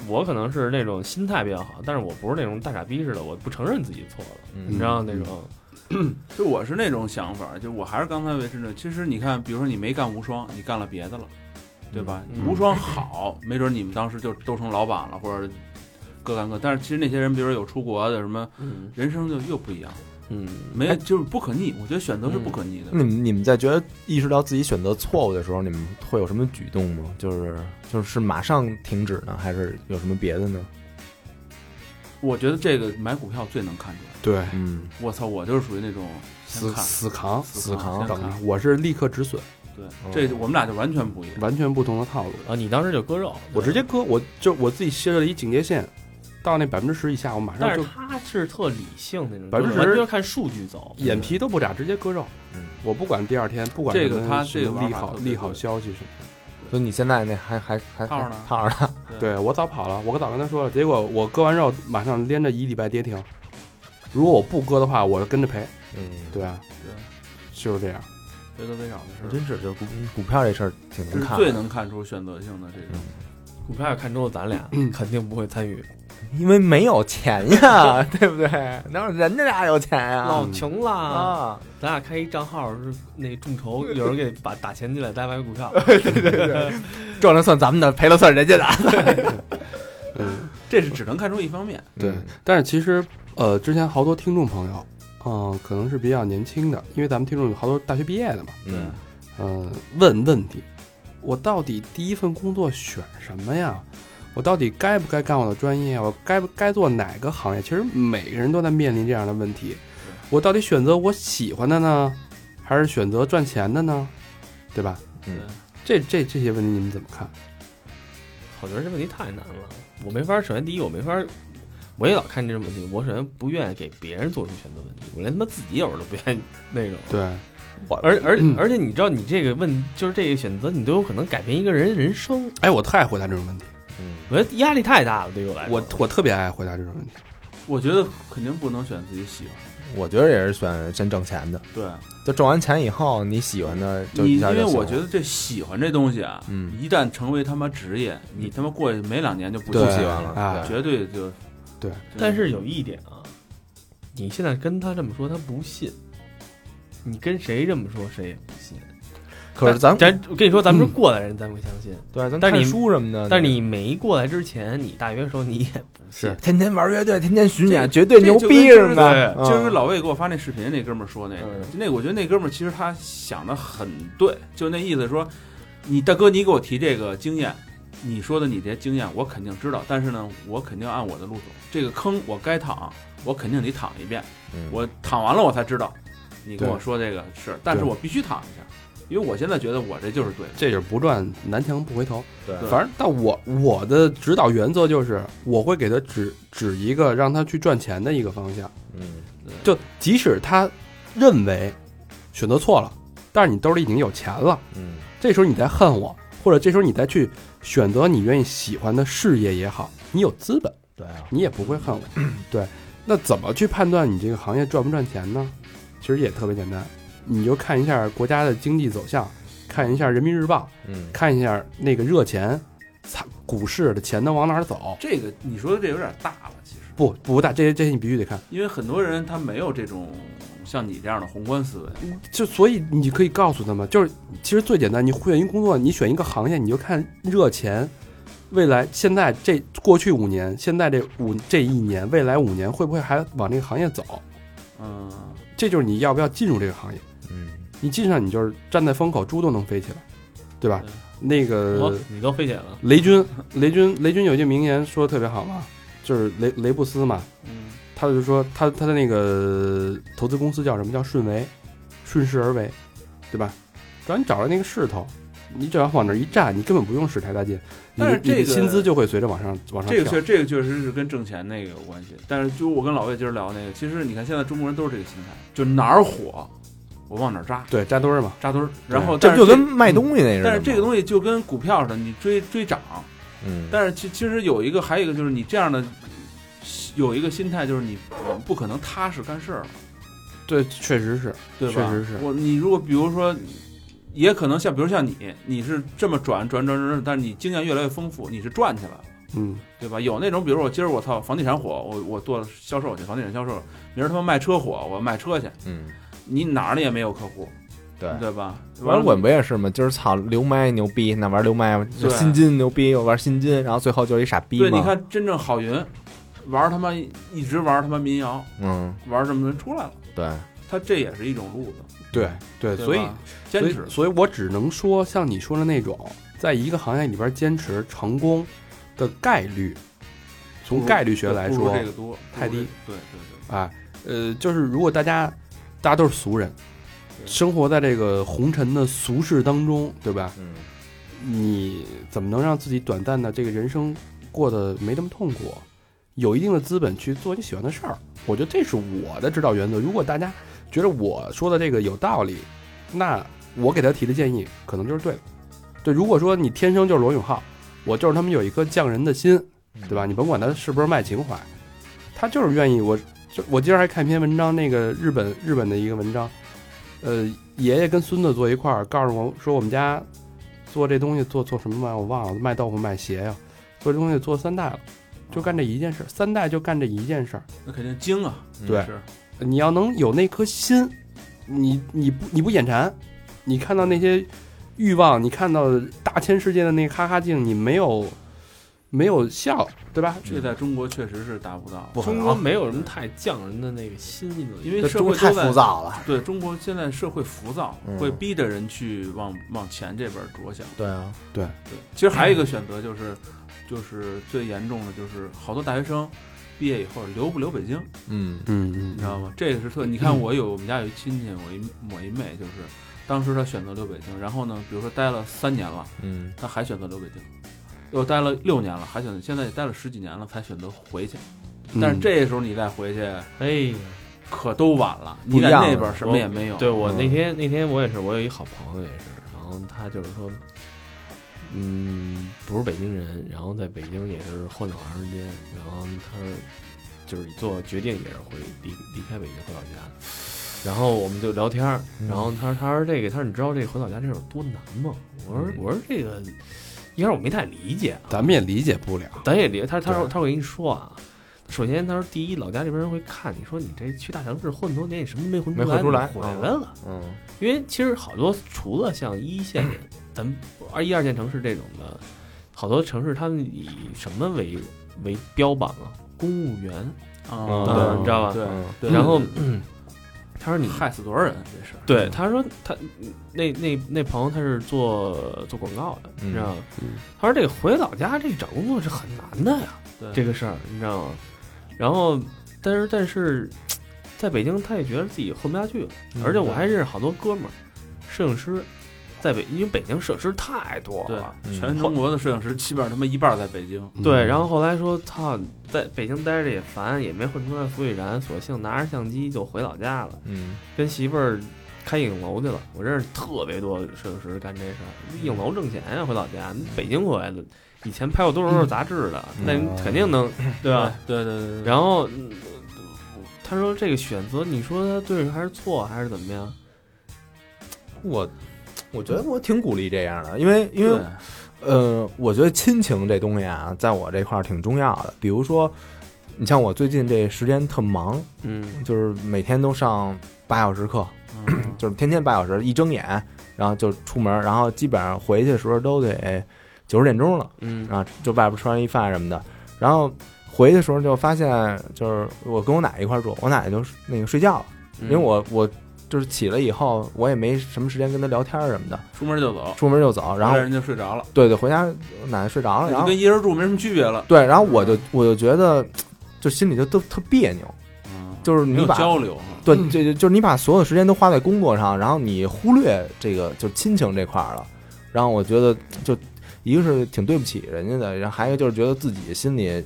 Speaker 5: 我可能是那种心态比较好，但是我不是那种大傻逼似的，我不承认自己错了，
Speaker 6: 嗯
Speaker 5: 你
Speaker 8: 嗯
Speaker 5: 知
Speaker 4: 嗯
Speaker 5: 道那种，
Speaker 6: 就我是那种想法，就我还是刚才维持着。其实你看，比如说你没干无双，你干了别的了，对吧？
Speaker 5: 嗯
Speaker 6: 无双好，没准你们当时就都成老板了，或者各干各。但是其实那些人，比如说有出国的什么，
Speaker 5: 嗯
Speaker 6: 人生就又不一样，
Speaker 5: 嗯，
Speaker 6: 没
Speaker 4: 哎
Speaker 6: 有就是不可逆。我觉得选择是不可逆
Speaker 4: 嗯
Speaker 6: 的。
Speaker 8: 你们你们在觉得意识到自己选择错误的时候，你们会有什么举动吗？就是就是是马上停止呢，还是有什么别的呢？
Speaker 6: 我觉得这个买股票最能看出来。
Speaker 4: 对，
Speaker 8: 嗯，
Speaker 6: 我操，我就是属于那种先
Speaker 4: 死
Speaker 6: 看
Speaker 4: 死扛，
Speaker 6: 死
Speaker 8: 扛
Speaker 6: 先
Speaker 4: 等
Speaker 6: 看
Speaker 4: 着，我是立刻止损，
Speaker 6: 对
Speaker 4: 哦
Speaker 8: 嗯，
Speaker 6: 这我们俩就完全不一样。
Speaker 4: 完全不同的套路。
Speaker 5: 啊，你当时就割肉，
Speaker 4: 我直接割，我就我自己设了一警戒线，到那百分之十以下，我马
Speaker 5: 但
Speaker 4: 上
Speaker 5: 是
Speaker 4: 就
Speaker 5: 他是特理性那种，
Speaker 4: 百分之
Speaker 5: 就
Speaker 4: 十
Speaker 5: 是完全看数据走，
Speaker 4: 眼皮都不眨，直接割肉。
Speaker 8: 嗯
Speaker 4: 我不管第二天，不管
Speaker 6: 这个
Speaker 4: 什么
Speaker 6: 他
Speaker 4: 什
Speaker 6: 这个
Speaker 4: 么
Speaker 6: 玩
Speaker 4: 利
Speaker 6: 法
Speaker 4: 好
Speaker 6: 特别
Speaker 4: 利好
Speaker 6: 对
Speaker 4: 消息什么
Speaker 8: 所以你现在那还还还
Speaker 6: 套着
Speaker 8: 还
Speaker 6: 呢
Speaker 8: 套着呢，
Speaker 4: 的，对我早跑了，我早跟他说了，结果我割完肉马上连着一礼拜跌停。如果我不割的话，我跟着赔，
Speaker 8: 嗯，
Speaker 4: 对吧？
Speaker 6: 对，
Speaker 4: 就是这样。
Speaker 6: 这都最少的事儿，
Speaker 8: 真是就是股嗯股票这事儿挺
Speaker 6: 这
Speaker 8: 能
Speaker 6: 是
Speaker 8: 看
Speaker 6: 最
Speaker 8: 的，
Speaker 6: 能看出选择性的这
Speaker 4: 嗯
Speaker 6: 种。
Speaker 5: 股票也看中了，咱俩肯定不会参与，
Speaker 8: 因为没有钱呀， 对不对？哪有人家俩有钱呀？
Speaker 6: 哦
Speaker 5: 老穷啦，
Speaker 8: 啊，
Speaker 5: 嗯咱俩开一账号是那 众筹，有人给把打钱进来，咱买股票，
Speaker 8: 赚了算咱们的，赔了算人家的。
Speaker 4: 嗯，
Speaker 6: 这是只能看出一方面。
Speaker 4: 对。
Speaker 8: 嗯
Speaker 4: 但是其实，呃，之前好多听众朋友，嗯、可能是比较年轻的，因为咱们听众有好多大学毕业的嘛，
Speaker 8: 嗯，
Speaker 4: 嗯，问问题，我到底第一份工作选什么呀？我到底该不该干我的专业？我该不该做哪个行业？其实每个人都在面临这样的问题。我到底选择我喜欢的呢，还是选择赚钱的呢？对吧？
Speaker 8: 嗯，
Speaker 4: 这这这些问题你们怎么看？
Speaker 5: 我觉得这问题太难了，我没法。首先，第一，我没法，我也老看这种问题。我首先不愿意给别人做出选择问题，我连他妈自己有时候都不愿意那种。
Speaker 4: 对，
Speaker 5: 而而
Speaker 8: 嗯
Speaker 5: 而且，你知道，你这个问就是这个选择，你都有可能改变一个人人生。
Speaker 4: 哎，我特爱回答这种问题，
Speaker 5: 我觉得压力太大了，对于我
Speaker 8: 哎
Speaker 5: 来说。
Speaker 4: 我我特别爱回答这种问题。
Speaker 6: 我觉得肯定不能选自己喜欢的。
Speaker 8: 我觉得也是选先挣钱的，
Speaker 6: 对
Speaker 8: 就挣完钱以后，你喜欢的就
Speaker 6: 你，
Speaker 8: 一
Speaker 6: 因
Speaker 8: 下就
Speaker 6: 为
Speaker 8: 行
Speaker 6: 我
Speaker 8: 了
Speaker 6: 觉得这喜欢这东西啊，
Speaker 8: 嗯
Speaker 6: 一旦成为他妈职业，你他妈过去没两年就不
Speaker 8: 不
Speaker 6: 喜
Speaker 8: 喜
Speaker 6: 欢
Speaker 8: 欢
Speaker 6: 了，
Speaker 8: 了
Speaker 4: 啊
Speaker 8: 对哎
Speaker 6: 绝对就
Speaker 4: 对。
Speaker 8: 嗯
Speaker 5: 但是有一点啊，你现在跟他这么说，他不信。你跟谁这么说，谁也不信。
Speaker 8: 可是咱嗯
Speaker 5: 咱我跟你说，咱们是过来人，咱会相信。
Speaker 8: 对，啊咱
Speaker 5: 但是
Speaker 8: 看
Speaker 5: 你
Speaker 8: 书什么的，
Speaker 5: 但是你没过来之前，你大学的时候你也不信
Speaker 4: 是。
Speaker 8: 天天玩乐队，天天巡演，
Speaker 6: 这
Speaker 8: 绝对牛逼
Speaker 6: 这就
Speaker 8: 似
Speaker 6: 跟
Speaker 8: 的。嗯
Speaker 6: 今儿老魏给我发那视频，那哥们儿说那个，
Speaker 5: 嗯
Speaker 6: 就那个我觉得那哥们儿其实他想的很对，就那意思说，你大哥你给我提这个经验，你说的你这经验我肯定知道，但是呢，我肯定按我的路走，这个坑我该躺，我肯定得躺一遍，
Speaker 8: 嗯
Speaker 6: 我躺完了我才知道，你跟
Speaker 4: 对
Speaker 6: 我说这个是，但是我必须躺一下，因为我现在觉得我这就是对的，
Speaker 4: 这就是不赚南墙不回头。
Speaker 8: 对
Speaker 4: 反正但我我的指导原则就是，我会给他指指一个让他去赚钱的一个方向。
Speaker 8: 嗯
Speaker 4: 就即使他认为选择错了，但是你兜里已经有钱了，
Speaker 8: 嗯
Speaker 4: 这时候你再恨我，或者这时候你再去选择你愿意喜欢的事业也好，你有资本，
Speaker 8: 对啊，
Speaker 4: 你也不会恨我。对，那怎么去判断你这个行业赚不赚钱呢？其实也特别简单，你就看一下国家的经济走向，看一下人民日报。
Speaker 8: 嗯
Speaker 4: 看一下那个热钱，财股市的钱能往哪儿走？
Speaker 1: 这个你说的这有点大了，其实，
Speaker 4: 不不大，这些这些你必须得看。
Speaker 1: 因为很多人他没有这种像你这样的宏观思维。
Speaker 4: 就所以你可以告诉他们，就是其实最简单，你选一工作，你选一个行业，你就看热钱，未来现在这过去五年，现在这五这一年，未来五年会不会还往这个行业走？
Speaker 1: 嗯，
Speaker 4: 这就是你要不要进入这个行业。
Speaker 5: 嗯，
Speaker 4: 你进上，你就是站在风口，猪都能飞起来，对吧？那
Speaker 5: 我
Speaker 8: 呃
Speaker 4: 个
Speaker 5: 你都费解了，
Speaker 4: 雷军，雷军，雷军有一句名言说的特别好嘛，就是雷雷布斯嘛，
Speaker 1: 嗯
Speaker 4: 他就说他他的那个投资公司叫什么叫顺为，顺势而为，对吧？只要你找着那个势头，你只要往那儿一站，你根本不用使太大劲，你的
Speaker 1: 但是这个
Speaker 4: 你的薪资就会随着往上往上
Speaker 1: 这
Speaker 4: 跳。
Speaker 1: 个确这个确实是跟挣钱那个有关系，但是就我跟老魏今儿聊那个，其实你看现在中国人都是这个心态，就哪儿火我往哪儿扎
Speaker 4: 对扎堆儿嘛，
Speaker 1: 扎堆儿，然后但
Speaker 8: 这
Speaker 1: 是嗯
Speaker 8: 不就跟卖东西那似的吗。
Speaker 1: 但是这个东西就跟股票似的，你追追涨，
Speaker 8: 嗯，
Speaker 1: 但是其其实有一个还有一个就是你这样的有一个心态就是你不可能踏实干事儿，
Speaker 4: 对，确实是，
Speaker 1: 对吧？
Speaker 4: 确实是
Speaker 1: 我你如果比如说，也可能像比如像你，你是这么转转转转，但是你经验越来越丰富，你是转起来了。
Speaker 4: 嗯，
Speaker 1: 对吧？有那种，比如我今儿我操房地产火，我我做销售去，房地产销售，明儿他妈卖车火，我卖车去，
Speaker 8: 嗯，
Speaker 1: 你哪儿也没有客户，
Speaker 8: 对。
Speaker 1: 对吧？
Speaker 8: 玩滚不也是吗？今儿操刘麦牛逼，那玩刘麦就
Speaker 1: 对啊
Speaker 8: 新金牛逼，又玩新金，然后最后就是一傻逼嘛。
Speaker 1: 对，你，看真正郝云，玩他妈一直玩他妈民谣，
Speaker 8: 嗯，
Speaker 1: 玩什么出来了，
Speaker 8: 对，
Speaker 1: 他这也是一种路子，
Speaker 4: 对对，
Speaker 1: 对
Speaker 4: 所以
Speaker 1: 吧坚持
Speaker 4: 所以，所以我只能说，像你说的那种，在一个行业里边坚持成功的概率，从概率学来
Speaker 1: 不如
Speaker 4: 说
Speaker 1: 这，个多
Speaker 4: 太低，
Speaker 1: 不如这个对对
Speaker 4: 啊，呃，就是如果大家大家都是俗人，
Speaker 1: 对
Speaker 4: 生活在这个红尘的俗世当中，对吧？
Speaker 8: 嗯，
Speaker 4: 你怎么能让自己短暂的这个人生过得没那么痛苦？有一定的资本去做你喜欢的事儿，我觉得这是我的指导原则。如果大家觉得我说的这个有道理，那我给他提的建议可能就是对的。对，如果说你天生就是罗永浩，我就是他们有一颗匠人的心，对吧？你甭管他是不是卖情怀，他就是愿意我。就我今儿还看一篇文章，那个日本日本的一个文章，呃，爷爷跟孙子坐一块儿，告诉我说我们家做这东西做做什么嘛，我忘了，卖豆腐卖鞋呀、做这东西做三代了，就干这一件事儿，三代就干这一件事儿。
Speaker 1: 对，那肯定精啊，
Speaker 8: 对
Speaker 1: 是
Speaker 4: 你要能有那颗心，你你不你不眼馋，你看到那些欲望，你看到大千世界的那个哈哈镜，你没有没有笑，对吧？
Speaker 1: 这在中国确实是达不到，
Speaker 8: 不可
Speaker 5: 中国
Speaker 8: 能，
Speaker 5: 没有什么太匠人的那个心了，
Speaker 1: 因为
Speaker 8: 这
Speaker 1: 社会
Speaker 8: 中
Speaker 1: 都
Speaker 8: 太
Speaker 1: 在
Speaker 8: 浮躁了。
Speaker 1: 对中国现在社会浮躁，
Speaker 8: 嗯
Speaker 1: 会逼着人去往往钱这边着想。
Speaker 8: 对啊，
Speaker 1: 对，其实还有一个选择就是，就是最严重的就是好多大学生毕业以后留不留北京，
Speaker 8: 嗯
Speaker 4: 嗯嗯
Speaker 1: 你知道吗？这个是特，你看我有我们家有一亲戚，我一我一妹就是，当时她选择留北京，然后呢，比如说待了三年了，
Speaker 8: 嗯，
Speaker 1: 她还选择留北京，又待了六年了，还选择现在也待了十几年了，才选择回去。
Speaker 4: 嗯
Speaker 1: 但是这时候你再回去，
Speaker 5: 哎，
Speaker 1: 可都晚了，
Speaker 8: 不
Speaker 1: 你
Speaker 8: 一
Speaker 1: 在
Speaker 8: 样了
Speaker 1: 那边什么也没有。
Speaker 5: 对我
Speaker 8: 嗯
Speaker 5: 那天那天我也是，我有一好朋友也是，然后他就是说，嗯，不是北京人，然后在北京也是混了好长时间，然后他就是做决定也是回离离开北京回老家，然后我们就聊天儿，
Speaker 8: 嗯
Speaker 5: 然后他说他说这个他说你知道这个回老家这有多难吗？我说
Speaker 8: 嗯
Speaker 5: 我说这个一开始我没太理解啊，
Speaker 4: 咱们也理解不了，
Speaker 5: 咱也理他，他说
Speaker 8: 对
Speaker 5: 他说我跟你说啊，首先他说第一，老家这边人会看你说你这去大城市混多年，你什么都没混
Speaker 8: 没混出来
Speaker 5: 你回来了。
Speaker 8: 嗯
Speaker 5: 因为其实好多除了像一线人，咱二一二线城市这种的，好多城市他们以什么为为标榜啊？公务员，
Speaker 1: 啊，
Speaker 8: 对
Speaker 5: 嗯，你知道吧？
Speaker 1: 对
Speaker 8: 嗯
Speaker 1: 对
Speaker 5: 然后他说你
Speaker 1: 害死多少人啊这是？
Speaker 5: 对，他说他那那那朋友他是做做广告的，
Speaker 1: 嗯
Speaker 5: 你知道吗？他说这个回老家这找工作是很难的呀，
Speaker 1: 对
Speaker 5: 这个事儿你知道吗？然后但是但是在北京他也觉得自己混不下去了，
Speaker 1: 嗯
Speaker 5: 而且我还认识好多哥们儿，摄影师，在北因为北京摄影师太多
Speaker 1: 对嗯
Speaker 5: 了。，
Speaker 8: 嗯
Speaker 1: 全中国的摄影师基本上他妈一半在北京。
Speaker 4: 嗯
Speaker 5: 对，然后后来说，操，在北京待着也烦，也没混出来所以然，索性拿着相机就回老家了。
Speaker 8: 嗯
Speaker 5: 跟媳妇儿开影楼去了。我认识特别多摄影师干这事儿，影楼挣钱啊呀、回老家。北京回来的，以前拍过多少多少杂志的，那
Speaker 8: 嗯
Speaker 5: 肯定能，对吧？
Speaker 1: 对对对对
Speaker 5: 然后嗯他说这个选择，你说他对还是错还是怎么样？
Speaker 8: 我我觉得我挺鼓励这样的，因为因
Speaker 1: 对，
Speaker 8: 为呃，我觉得亲情这东西啊，在我这块儿挺重要的。比如说，你像我最近这时间特忙，
Speaker 5: 嗯，
Speaker 8: 就是每天都上八小时课， 就是天天八小时，一睁眼，然后就出门，然后基本上回去的时候都得九十点钟了。
Speaker 5: 嗯
Speaker 8: 啊，就外边吃完一饭什么的，然后回的时候就发现，就是我跟我奶奶一块儿住，我奶奶就是那个睡觉了，
Speaker 5: 嗯
Speaker 8: 因为我我就是起来以后，我也没什么时间跟她聊天儿什么的，
Speaker 1: 出门就走，
Speaker 8: 出门就走，然后
Speaker 1: 回来人就睡着了，
Speaker 8: 对对，回家我奶奶睡着了，然
Speaker 1: 就
Speaker 8: 后
Speaker 1: 跟一人住没什么区别了。
Speaker 8: 对，然后我就我就觉得，就心里就都特别扭，
Speaker 1: 嗯，
Speaker 8: 就是
Speaker 1: 没
Speaker 8: 你
Speaker 1: 有
Speaker 8: 把
Speaker 1: 交流，
Speaker 8: 对，
Speaker 4: 嗯
Speaker 8: 这就就是你把所有时间都花在工作上，然后你忽略这个就亲情这块儿了，然后我觉得就一个是挺对不起人家的，然后还有就是觉得自己心里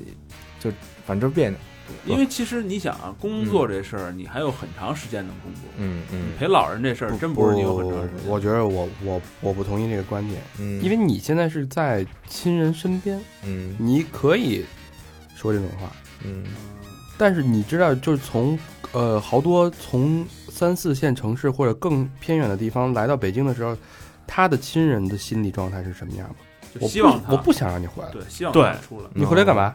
Speaker 8: 就反正就是别扭，
Speaker 1: 因为其实你想啊，工作这事儿你还有很长时间能工作，
Speaker 8: 嗯嗯
Speaker 1: 陪老人这事儿真不是你有很长时间。
Speaker 9: 我觉得我我我不同意这个观点。
Speaker 8: 嗯，
Speaker 4: 因为你现在是在亲人身边，
Speaker 8: 嗯
Speaker 9: 你可以说这种话，
Speaker 8: 嗯
Speaker 4: 但是你知道，就是从呃好多从三四线城市或者更偏远的地方来到北京的时候，他的亲人的心理状态是什么样吗？
Speaker 1: 就
Speaker 4: 我
Speaker 1: 希望他
Speaker 4: 不我不想让你回来，
Speaker 1: 对，希望
Speaker 5: 对
Speaker 1: 他出来。
Speaker 4: 你回来干嘛？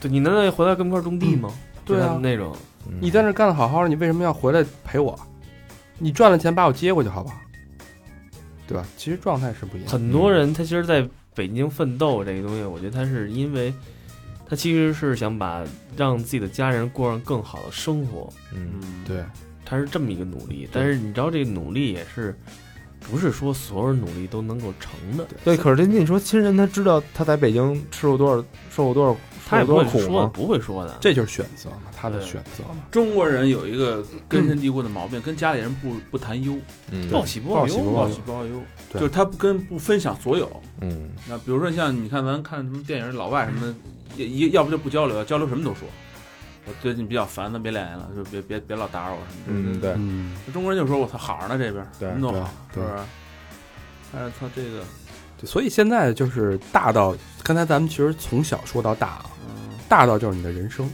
Speaker 5: 对你难道回来跟我们一块儿种地吗？
Speaker 4: 哦对啊
Speaker 5: 就他们那种
Speaker 8: 嗯
Speaker 4: 你在那儿干的好好的，你为什么要回来陪我？你赚了钱把我接回去好不好？对吧？其实状态是不一样的。
Speaker 5: 很多人，他其实在北京奋斗这个东西，我觉得他是因为他其实是想把让自己的家人过上更好的生活，
Speaker 8: 嗯
Speaker 1: 嗯，
Speaker 4: 对，
Speaker 5: 他是这么一个努力。但是你知道，这个努力也是不是说所有努力都能够成的？
Speaker 8: 对，可是你说亲人他知道他在北京吃过多少受过多少
Speaker 5: 他也
Speaker 8: 受
Speaker 5: 不
Speaker 8: 过
Speaker 5: 会
Speaker 8: 多少苦
Speaker 5: 说的，
Speaker 8: 吗？
Speaker 5: 不会说的。
Speaker 4: 这就是选择嘛，他的选择嘛。
Speaker 1: 中国人有一个根深蒂固的毛病，跟家里人不不谈忧，
Speaker 8: 嗯
Speaker 5: 报喜不
Speaker 4: 报
Speaker 5: 报
Speaker 4: 喜
Speaker 5: 忧
Speaker 4: 不
Speaker 5: 啊嘛，
Speaker 4: 报
Speaker 1: 报
Speaker 4: 忧
Speaker 1: 喜不报忧，
Speaker 4: 对
Speaker 1: 就是他不跟不分享所有。
Speaker 8: 嗯
Speaker 1: 那比如说像你看咱看什么电影，老外什么的，也一要不就不交流，交流什么都说。我最近比较烦，咱别联系了，就别别别老打扰我什么的。
Speaker 8: 嗯对
Speaker 4: 嗯，
Speaker 1: 中国人就说我操好着呢这边，
Speaker 8: 对
Speaker 1: 什么都好，是
Speaker 4: 对
Speaker 1: 不是？但是操这个，
Speaker 4: 对所以现在就是大到刚才咱们其实从小说到大啊，
Speaker 1: 嗯，
Speaker 4: 大到就是你的人生，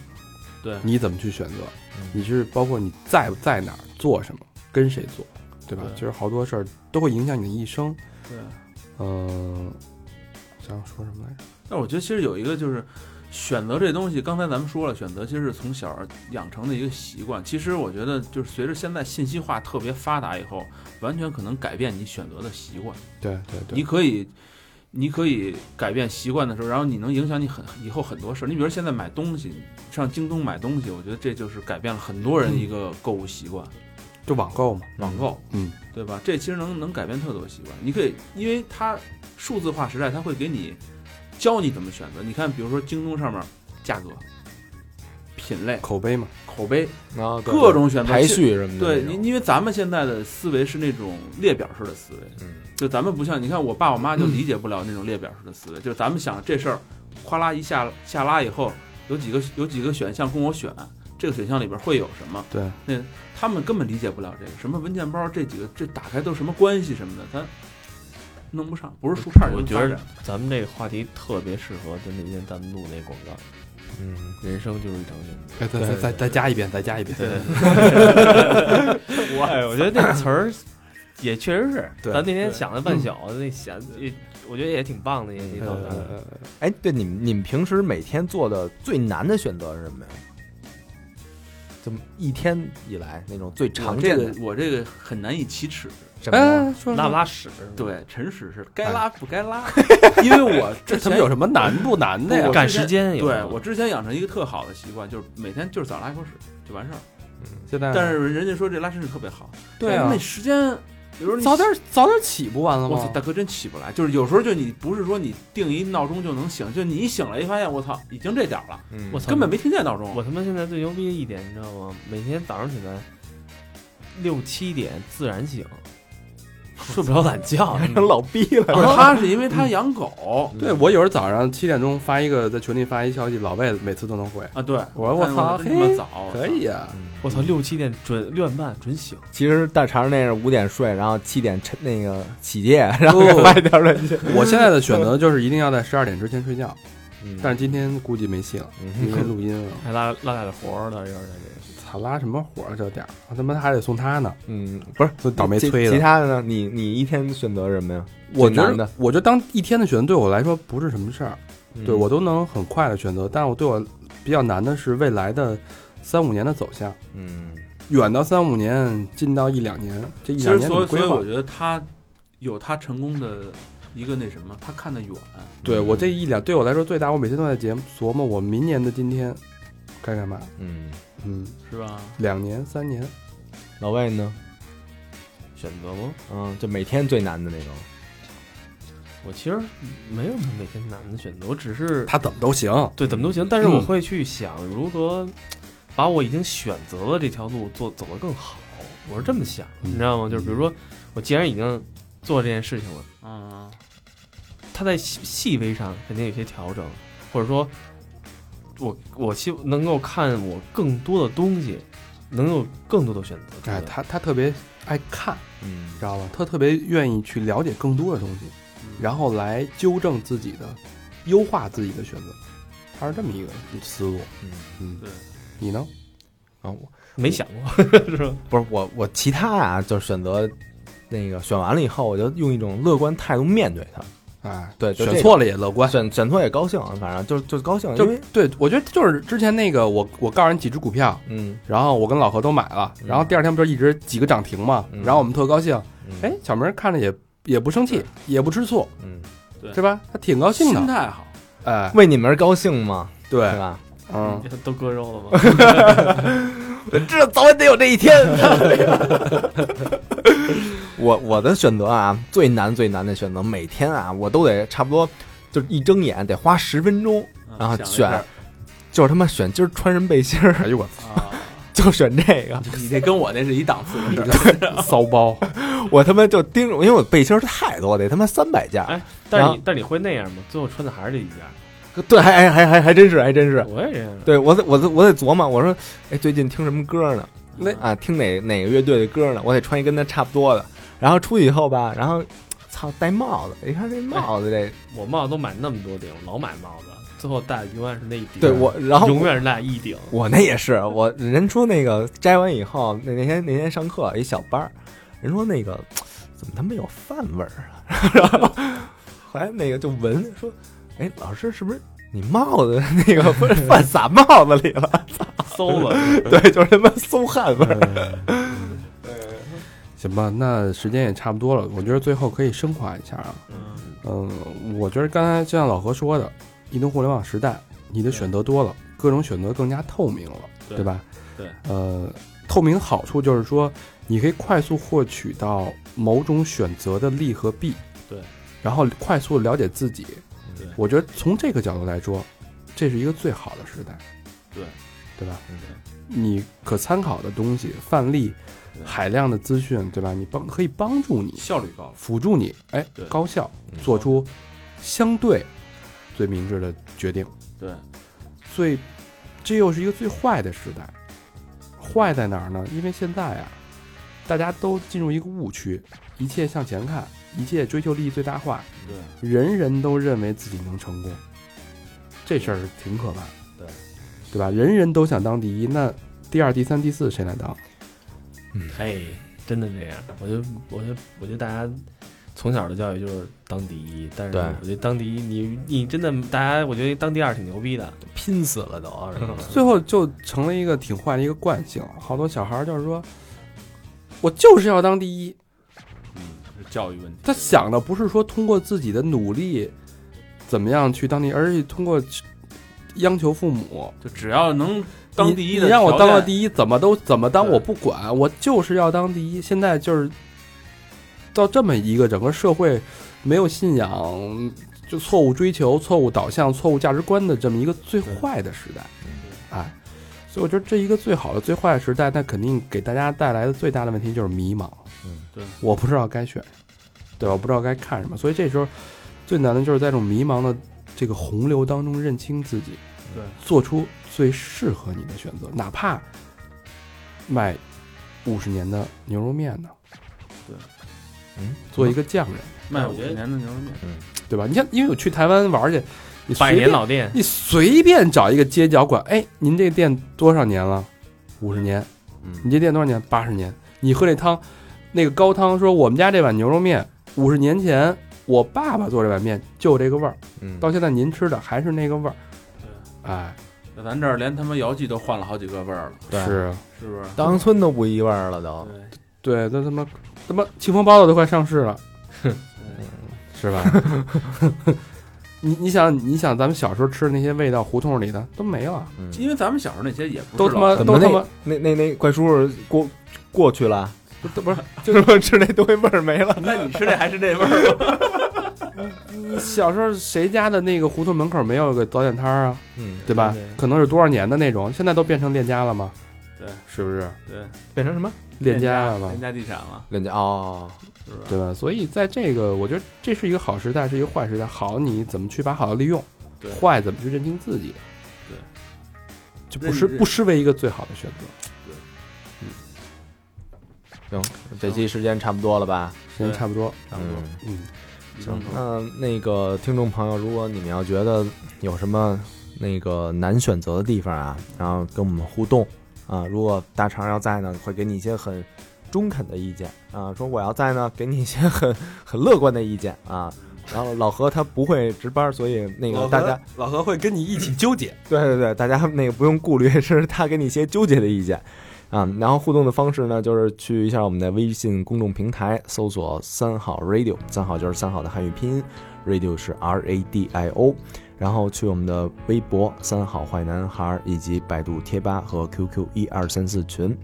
Speaker 1: 对，
Speaker 4: 你怎么去选择
Speaker 8: 嗯，
Speaker 4: 你是包括你在不在哪儿做什么，跟谁做，对吧？
Speaker 1: 对
Speaker 4: 其实好多事儿都会影响你的一生。
Speaker 1: 对。
Speaker 4: 嗯，想说什么来着？
Speaker 1: 但我觉得其实有一个就是选择这东西，刚才咱们说了，选择其实是从小养成的一个习惯。其实我觉得就是随着现在信息化特别发达以后，完全可能改变你选择的习惯。
Speaker 4: 对对对，
Speaker 1: 你可以，你可以改变习惯的时候，然后你能影响你很以后很多事儿。你比如现在买东西，上京东买东西，我觉得这就是改变了很多人一个购物习惯，
Speaker 4: 就网购嘛，
Speaker 1: 网购，
Speaker 4: 嗯，
Speaker 1: 对吧？这其实能能改变特多习惯。你可以，因为它数字化时代，它会给你教你怎么选择。你看，比如说京东上面价格、品类、
Speaker 4: 口碑嘛，
Speaker 1: 口碑
Speaker 8: 然后啊对
Speaker 1: 各种选择
Speaker 8: 排。序什么的
Speaker 1: 对，
Speaker 8: 那种
Speaker 1: 因因为咱们现在的思维是那种列表式的思维，
Speaker 8: 嗯
Speaker 1: 就咱们不像你看我爸我妈就
Speaker 4: 嗯
Speaker 1: 理解不了那种列表式的思维，就是咱们想这事儿，哗啦一下下拉以后，有几个有几个选项供我选，这个选项里边会有什么？
Speaker 4: 对，
Speaker 1: 那他们根本理解不了这个什么文件包这几个这打开都什么关系什么的，咱弄不上，不是树杈儿
Speaker 5: 我
Speaker 1: 就
Speaker 5: 觉
Speaker 1: 能发
Speaker 5: 得
Speaker 1: 展
Speaker 5: 咱们这个话题特别适合，就那天咱们录那广告，
Speaker 8: 嗯
Speaker 5: 人生就是一场选择。
Speaker 4: 再再再再加一遍，再加一遍，
Speaker 5: 我 哎，我觉得那词儿也确实 是，
Speaker 4: 对
Speaker 5: 咱那天想了半宿，那想也我觉得也挺棒的，也挺好的。
Speaker 4: 呃，
Speaker 8: 哎，对，你们你们平时每天做的最难的选择是什么呀？就一天以来那种最
Speaker 1: 我
Speaker 8: 常
Speaker 1: 这
Speaker 8: 见的
Speaker 1: 个我这个很难以启齿，
Speaker 8: 什么呀？
Speaker 4: 哎，说
Speaker 5: 拉不拉屎？，
Speaker 1: 对，诚实是该拉不该拉，因为我之
Speaker 4: 这他
Speaker 1: 前
Speaker 4: 妈有什么难不难的呀
Speaker 1: 我？
Speaker 5: 赶
Speaker 1: 之前
Speaker 5: 时间有
Speaker 1: 对我之前养成一个特好的习惯，就是每天就是早上拉一口屎就完事儿。
Speaker 4: 现在
Speaker 1: 但是人家说这拉伸是特别好，哎
Speaker 4: 对啊
Speaker 1: 但是那时间有时候你
Speaker 4: 早点早点起不完了
Speaker 1: 我操，
Speaker 4: 吗？
Speaker 1: 大哥真起不来，就是有时候就你不是说你定一闹钟就能醒，就你一醒来一发现我操已经这点儿了，
Speaker 8: 嗯
Speaker 5: 我操，
Speaker 1: 根本没听见闹钟。
Speaker 5: 我他妈现在最牛逼的一点，你知道吗？每天早上起来六七点自然醒，睡不着懒觉。
Speaker 8: 成老逼了。
Speaker 4: 哦
Speaker 1: 不是他是因为他养狗
Speaker 4: 对我有时候早上七点钟发一个在群里发一消息，老魏每次都能回，
Speaker 1: 啊，对
Speaker 4: 我说我操，
Speaker 1: 看见我这么
Speaker 4: 嘿，
Speaker 1: 早
Speaker 4: 可以啊，
Speaker 5: 我操，六七点准六点半准醒，
Speaker 8: 嗯其实大肠那是五点睡，然后七点晨那个起夜，然后
Speaker 1: 哦
Speaker 8: 快点睡去。
Speaker 4: 我现在的选择就是一定要在十二点之前睡觉，
Speaker 8: 嗯
Speaker 4: 但是今天估计没戏了，因为录音了。
Speaker 5: 还拉拉点活儿的，有点
Speaker 4: 操，拉什么火啊这点儿，我他妈还得送他呢。
Speaker 8: 嗯，不是，
Speaker 10: 就倒霉
Speaker 8: 其
Speaker 10: 催
Speaker 8: 其
Speaker 10: 的。
Speaker 8: 他的呢？你你一天选择什么呀？
Speaker 4: 我
Speaker 8: 最
Speaker 4: 觉
Speaker 8: 难
Speaker 4: 得
Speaker 8: 的，
Speaker 4: 我觉得当一天的选择对我来说不是什么事儿，
Speaker 8: 嗯
Speaker 4: 对我都能很快的选择。但我对我比较难的是未来的三五年的走向，
Speaker 8: 嗯，
Speaker 4: 远到三五年，近到一两年，这一
Speaker 6: 其
Speaker 4: 两
Speaker 6: 实
Speaker 4: 年怎
Speaker 6: 所
Speaker 4: 么
Speaker 6: 以所
Speaker 4: 规
Speaker 6: 以
Speaker 4: 划
Speaker 6: 我？觉得他有他成功的一个那什么，他看得远。
Speaker 4: 对
Speaker 6: 嗯
Speaker 4: 我这一两对我来说最大，我每天都在节目琢磨我明年的今天该干嘛。
Speaker 8: 嗯，
Speaker 4: 嗯，
Speaker 6: 是吧？
Speaker 4: 两年三年，
Speaker 8: 老魏呢？
Speaker 5: 选择吗？
Speaker 8: 嗯，就每天最难的那种。
Speaker 5: 我其实没有每天难的选择，我只是
Speaker 4: 他怎么都行。
Speaker 5: 对怎么都行，但是我会去想如何把我已经选择了这条路做走得更好。我是这么想，你知道吗？就是比如说，我既然已经做这件事情了，
Speaker 6: 嗯，
Speaker 5: 它在细细微上肯定有些调整，或者说，我我希望能够看我更多的东西，能有更多的选择出来。
Speaker 4: 哎，他他特别爱看，
Speaker 8: 嗯
Speaker 4: 知道吧？他特别愿意去了解更多的东西，
Speaker 6: 嗯
Speaker 4: 然后来纠正自己的、优化自己的选择。他是这么一个思路。
Speaker 8: 嗯
Speaker 4: 嗯
Speaker 6: 对，
Speaker 4: 你呢？
Speaker 8: 啊，我
Speaker 5: 没想过，是吧？
Speaker 8: 不是我我其他啊，就是选择那个选完了以后，我就用一种乐观态度面对它。
Speaker 4: 啊，
Speaker 8: 对，就
Speaker 4: 选
Speaker 8: 这
Speaker 4: 错了也乐
Speaker 8: 个
Speaker 4: 观。
Speaker 8: 选选错也高兴，反正就就高兴，因
Speaker 4: 啊就
Speaker 8: 为
Speaker 4: 对，我觉得就是之前那个我我告诉你几只股票，
Speaker 8: 嗯
Speaker 4: 然后我跟老何都买了，然后第二天不是一直几个涨停嘛，
Speaker 8: 嗯
Speaker 4: 然后我们特高兴。
Speaker 8: 嗯
Speaker 4: 哎，小明看着也也不生气，也不吃醋，
Speaker 8: 嗯，
Speaker 6: 对
Speaker 4: 是吧？他挺高兴
Speaker 6: 心
Speaker 4: 的。
Speaker 6: 态好，
Speaker 4: 哎，
Speaker 8: 为你们而高兴嘛，
Speaker 4: 对
Speaker 8: 对，吧？
Speaker 4: 嗯，
Speaker 5: 都割肉了吗？
Speaker 8: 这早晚得有这一天。 我我的选择啊，最难最难的选择，每天啊，我都得差不多，就一睁眼得花十分钟，然后
Speaker 6: 想了一
Speaker 8: 选
Speaker 6: 下，
Speaker 8: 就是他妈选今儿穿什么背心儿，
Speaker 4: 哎呦我
Speaker 8: 就选这个。
Speaker 6: 你这跟我那是一档次的事儿。
Speaker 4: 操，骚包，
Speaker 8: 我他妈就盯着，因为我背心儿太多，得他妈三百件儿。
Speaker 5: 哎，但是
Speaker 8: 然后
Speaker 5: 你但是你会那样吗？最后穿的还是这一件？
Speaker 8: 对，还还还还真是，还真是。
Speaker 5: 我也这样。
Speaker 8: 对我得我得我得琢磨，我说，哎，最近听什么歌呢？
Speaker 4: 那
Speaker 8: 啊，听哪哪个乐队的歌呢？我得穿一跟他差不多的。然后出去以后吧，然后操戴帽子，一看这帽子这，
Speaker 5: 我帽子都买那么多顶，老买帽子，最后戴的永远是那一顶。
Speaker 8: 对我，然后
Speaker 5: 永远是那一 顶。
Speaker 8: 我那也是，我人说那个摘完以后，那那天那天上课一小班儿，人说那个怎么他妈有饭味儿啊？ 然后后来那个就闻说，哎，老师是不是你帽子那个不是 饭撒帽子里了？
Speaker 5: 馊了，
Speaker 8: 对，就是他妈馊汗味儿。
Speaker 4: 行吧，那时间也差不多了，我觉得最后可以升华一下啊。嗯，我觉得刚才就像老何说的，移动互联网时代，你的选择多了，各种选择更加透明了，
Speaker 6: 对
Speaker 4: 对吧？
Speaker 6: 对，
Speaker 4: 呃，透明好处就是说，你可以快速获取到某种选择的利和弊，
Speaker 6: 对，嗯
Speaker 4: 然后快速了解自己。
Speaker 6: 对
Speaker 4: 我觉得从这个角度来说，这是一个最好的时代，
Speaker 6: 对，嗯
Speaker 4: 对吧？你可参考的东西、范例、海量的资讯，对吧？你帮可以帮助你
Speaker 6: 效率高了，
Speaker 4: 辅助你，哎
Speaker 6: 对，嗯
Speaker 4: 高效做出相对最明智的决定。
Speaker 6: 对，
Speaker 4: 最，这又是一个最坏的时代。坏在哪儿呢？因为现在啊，大家都进入一个误区，一切向前看，一切追求利益最大化，
Speaker 6: 对，
Speaker 4: 人人都认为自己能成功，这事儿挺可怕的，
Speaker 6: 对，
Speaker 4: 对吧？人人都想当第一，那第二、第三、第四谁来当？
Speaker 5: 哎，真的这样。我觉得，我觉得，我觉得大家从小的教育就是当第一，但是
Speaker 8: 对
Speaker 5: 我觉得当第一，你你真的大家，我觉得当第二挺牛逼的。
Speaker 8: 拼死了都。
Speaker 4: 最后就成了一个挺坏的一个惯性，好多小孩儿就是说，我就是要当第一。
Speaker 6: 嗯，是教育问题。
Speaker 4: 他想的不是说通过自己的努力怎么样去当第一，而是通过央求父母。
Speaker 6: 就只要能当第一的，
Speaker 4: 你，你让我当了
Speaker 6: 一，
Speaker 4: 第一，怎么都怎么当
Speaker 6: 对
Speaker 4: 我不管，我就是要当第一。现在就是到这么一个整个社会没有信仰，就错误追求、错误导向、错误价值观的这么一个最坏的时代，
Speaker 6: 嗯
Speaker 4: 哎，所以我觉得这一个最好的、最坏的时代，那肯定给大家带来的最大的问题就是迷茫。
Speaker 8: 嗯，
Speaker 6: 对，
Speaker 4: 我不知道该选，对吧？我不知道该看什么，所以这时候最难的就是在这种迷茫的这个洪流当中认清自己，
Speaker 6: 对，
Speaker 4: 做出最适合你的选择，哪怕卖五十年的牛肉面呢，
Speaker 6: 对，
Speaker 8: 嗯，
Speaker 4: 做一个匠人，
Speaker 6: 卖五十年的牛肉面，
Speaker 4: 对吧？你像，因为我去台湾玩去，你
Speaker 5: 百
Speaker 4: 随
Speaker 5: 年
Speaker 4: 便
Speaker 5: 老店，
Speaker 4: 你随便找一个街角管，哎，您这店多少年了？五十年，你
Speaker 6: 嗯，
Speaker 4: 这店多少年？八十年。你喝这汤，那个高汤说我们家这碗牛肉面五十年前我爸爸做这碗面就有这个味儿，
Speaker 8: 嗯，
Speaker 4: 到现在您吃的还是那个味儿。哎，
Speaker 6: 在咱这儿连他妈姚记都换了好几个味儿了，
Speaker 8: 对
Speaker 4: 是啊，
Speaker 6: 是不是？
Speaker 8: 当村都不一味儿了都，
Speaker 5: 对，
Speaker 4: 对，那他妈他妈清风包子都快上市了，嗯
Speaker 8: 是吧？
Speaker 4: 你你想你想咱们小时候吃的那些味道，胡同里的都没了，
Speaker 8: 嗯
Speaker 6: 因为咱们小时候那些也不是
Speaker 4: 都他
Speaker 6: 老
Speaker 4: 妈
Speaker 8: 怎
Speaker 4: 都
Speaker 8: 么
Speaker 4: 他妈
Speaker 8: 那那那那怪叔叔过过去了？
Speaker 4: 都都不是
Speaker 8: 就是说 吃那东西味儿没了，
Speaker 6: 那你吃这还是这味儿吗？
Speaker 4: 你小时候谁家的那个胡同门口没有个早点摊儿啊？
Speaker 8: 嗯，
Speaker 4: 对吧
Speaker 5: 对？
Speaker 4: 可能是多少年的那种，现在都变成链家了嘛？
Speaker 6: 对，
Speaker 4: 是不是
Speaker 6: 对，
Speaker 8: 变成什么
Speaker 4: 链家了嘛
Speaker 6: 人？家地产了，
Speaker 8: 人家哦，
Speaker 6: 是不是？
Speaker 4: 对吧？所以在这个，我觉得这是一个好时代，是一个坏时代。好，你怎么去把好的利用
Speaker 6: 对？
Speaker 4: 坏怎么去认清自己？
Speaker 6: 对，
Speaker 4: 就不失
Speaker 6: 认
Speaker 4: 不失为一个最好的选择。
Speaker 8: 行，这期时间差不多了吧？
Speaker 4: 时间差不多，
Speaker 6: 差不多
Speaker 8: 嗯
Speaker 4: 嗯，
Speaker 8: 行，那
Speaker 10: 嗯
Speaker 8: 那个听众朋友，如果你们要觉得有什么那个难选择的地方啊，然后跟我们互动啊。如果大肠要在呢，会给你一些很中肯的意见啊。说我要在呢，给你一些很 很乐观的意见啊。然后老何他不会值班，所以那个大家
Speaker 10: 老何会跟你一起纠结，
Speaker 8: 对对对，大家那个不用顾虑，是他给你一些纠结的意见。啊、然后互动的方式呢，就是去一下我们的微信公众平台，搜索“三好 radio”，三好就是三好的汉语拼音，radio 是 R A D I O，然后去我们的微博“三好坏男孩”以及百度贴吧和 QQ 一二三四群。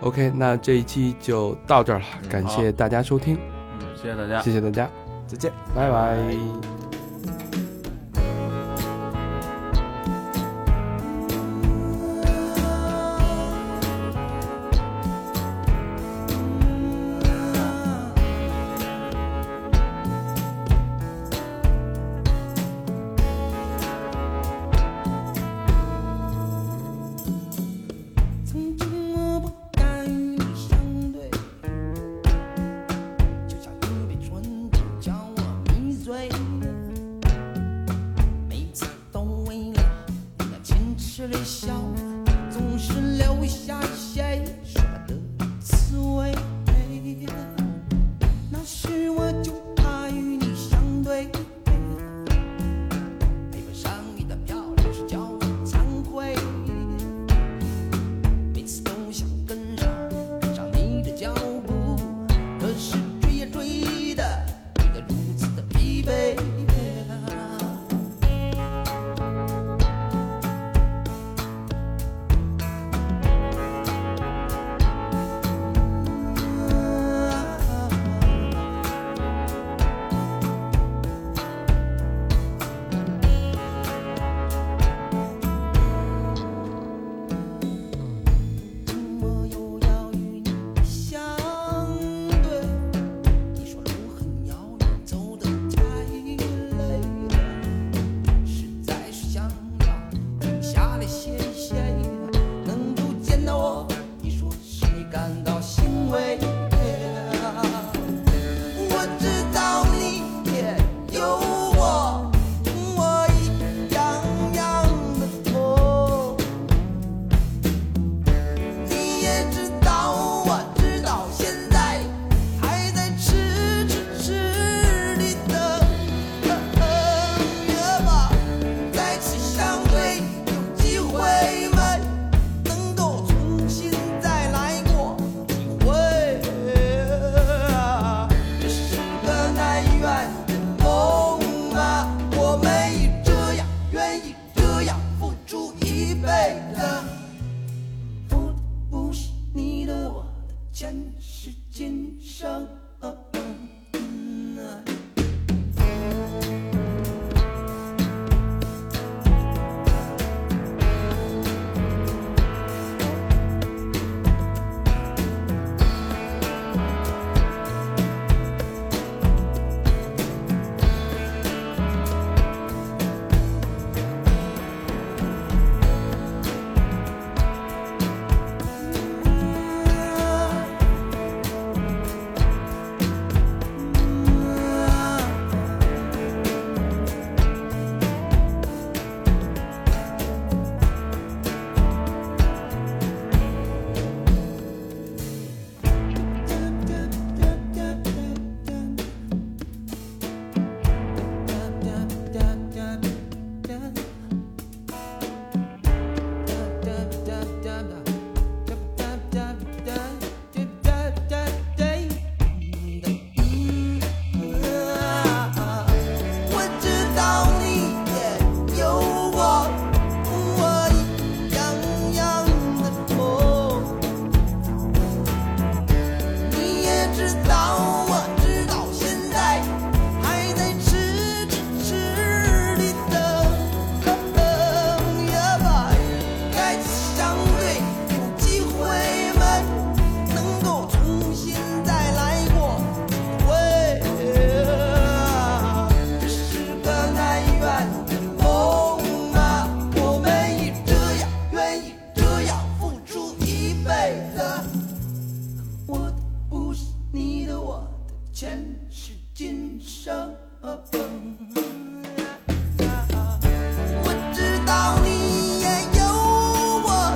Speaker 4: OK，那这一期就到这儿了，感谢大家收听，
Speaker 6: 嗯，谢谢大家。
Speaker 4: 谢谢大家，
Speaker 8: 再见。
Speaker 4: 拜拜
Speaker 11: 曾经我不该与你相对，就像你被唇齿叫我迷醉。呃啊知道，我知道，现在还在痴痴痴地等，等也晚，该相对有机会吗？能够重新再来过，会，这是个难圆的梦啊！我们已这样，愿意这样付出一辈子。我的不是你的，我的前世今生。我知道你也有我，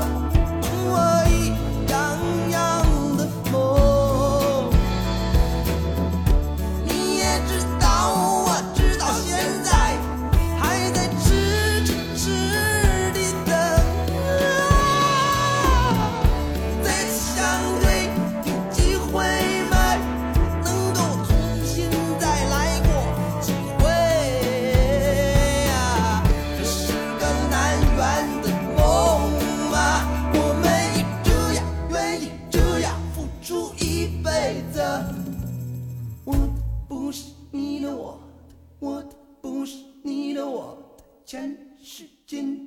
Speaker 11: 我一样样的梦。你也知道，我知道，现在还在痴痴痴地等啊。再相对有机会吗？能够重新再来过几回啊？这是个难圆的梦啊！我们也这样，愿意这样付出一辈子。我的不是你的，我的，我的不是你的，我的前世今。嗯啊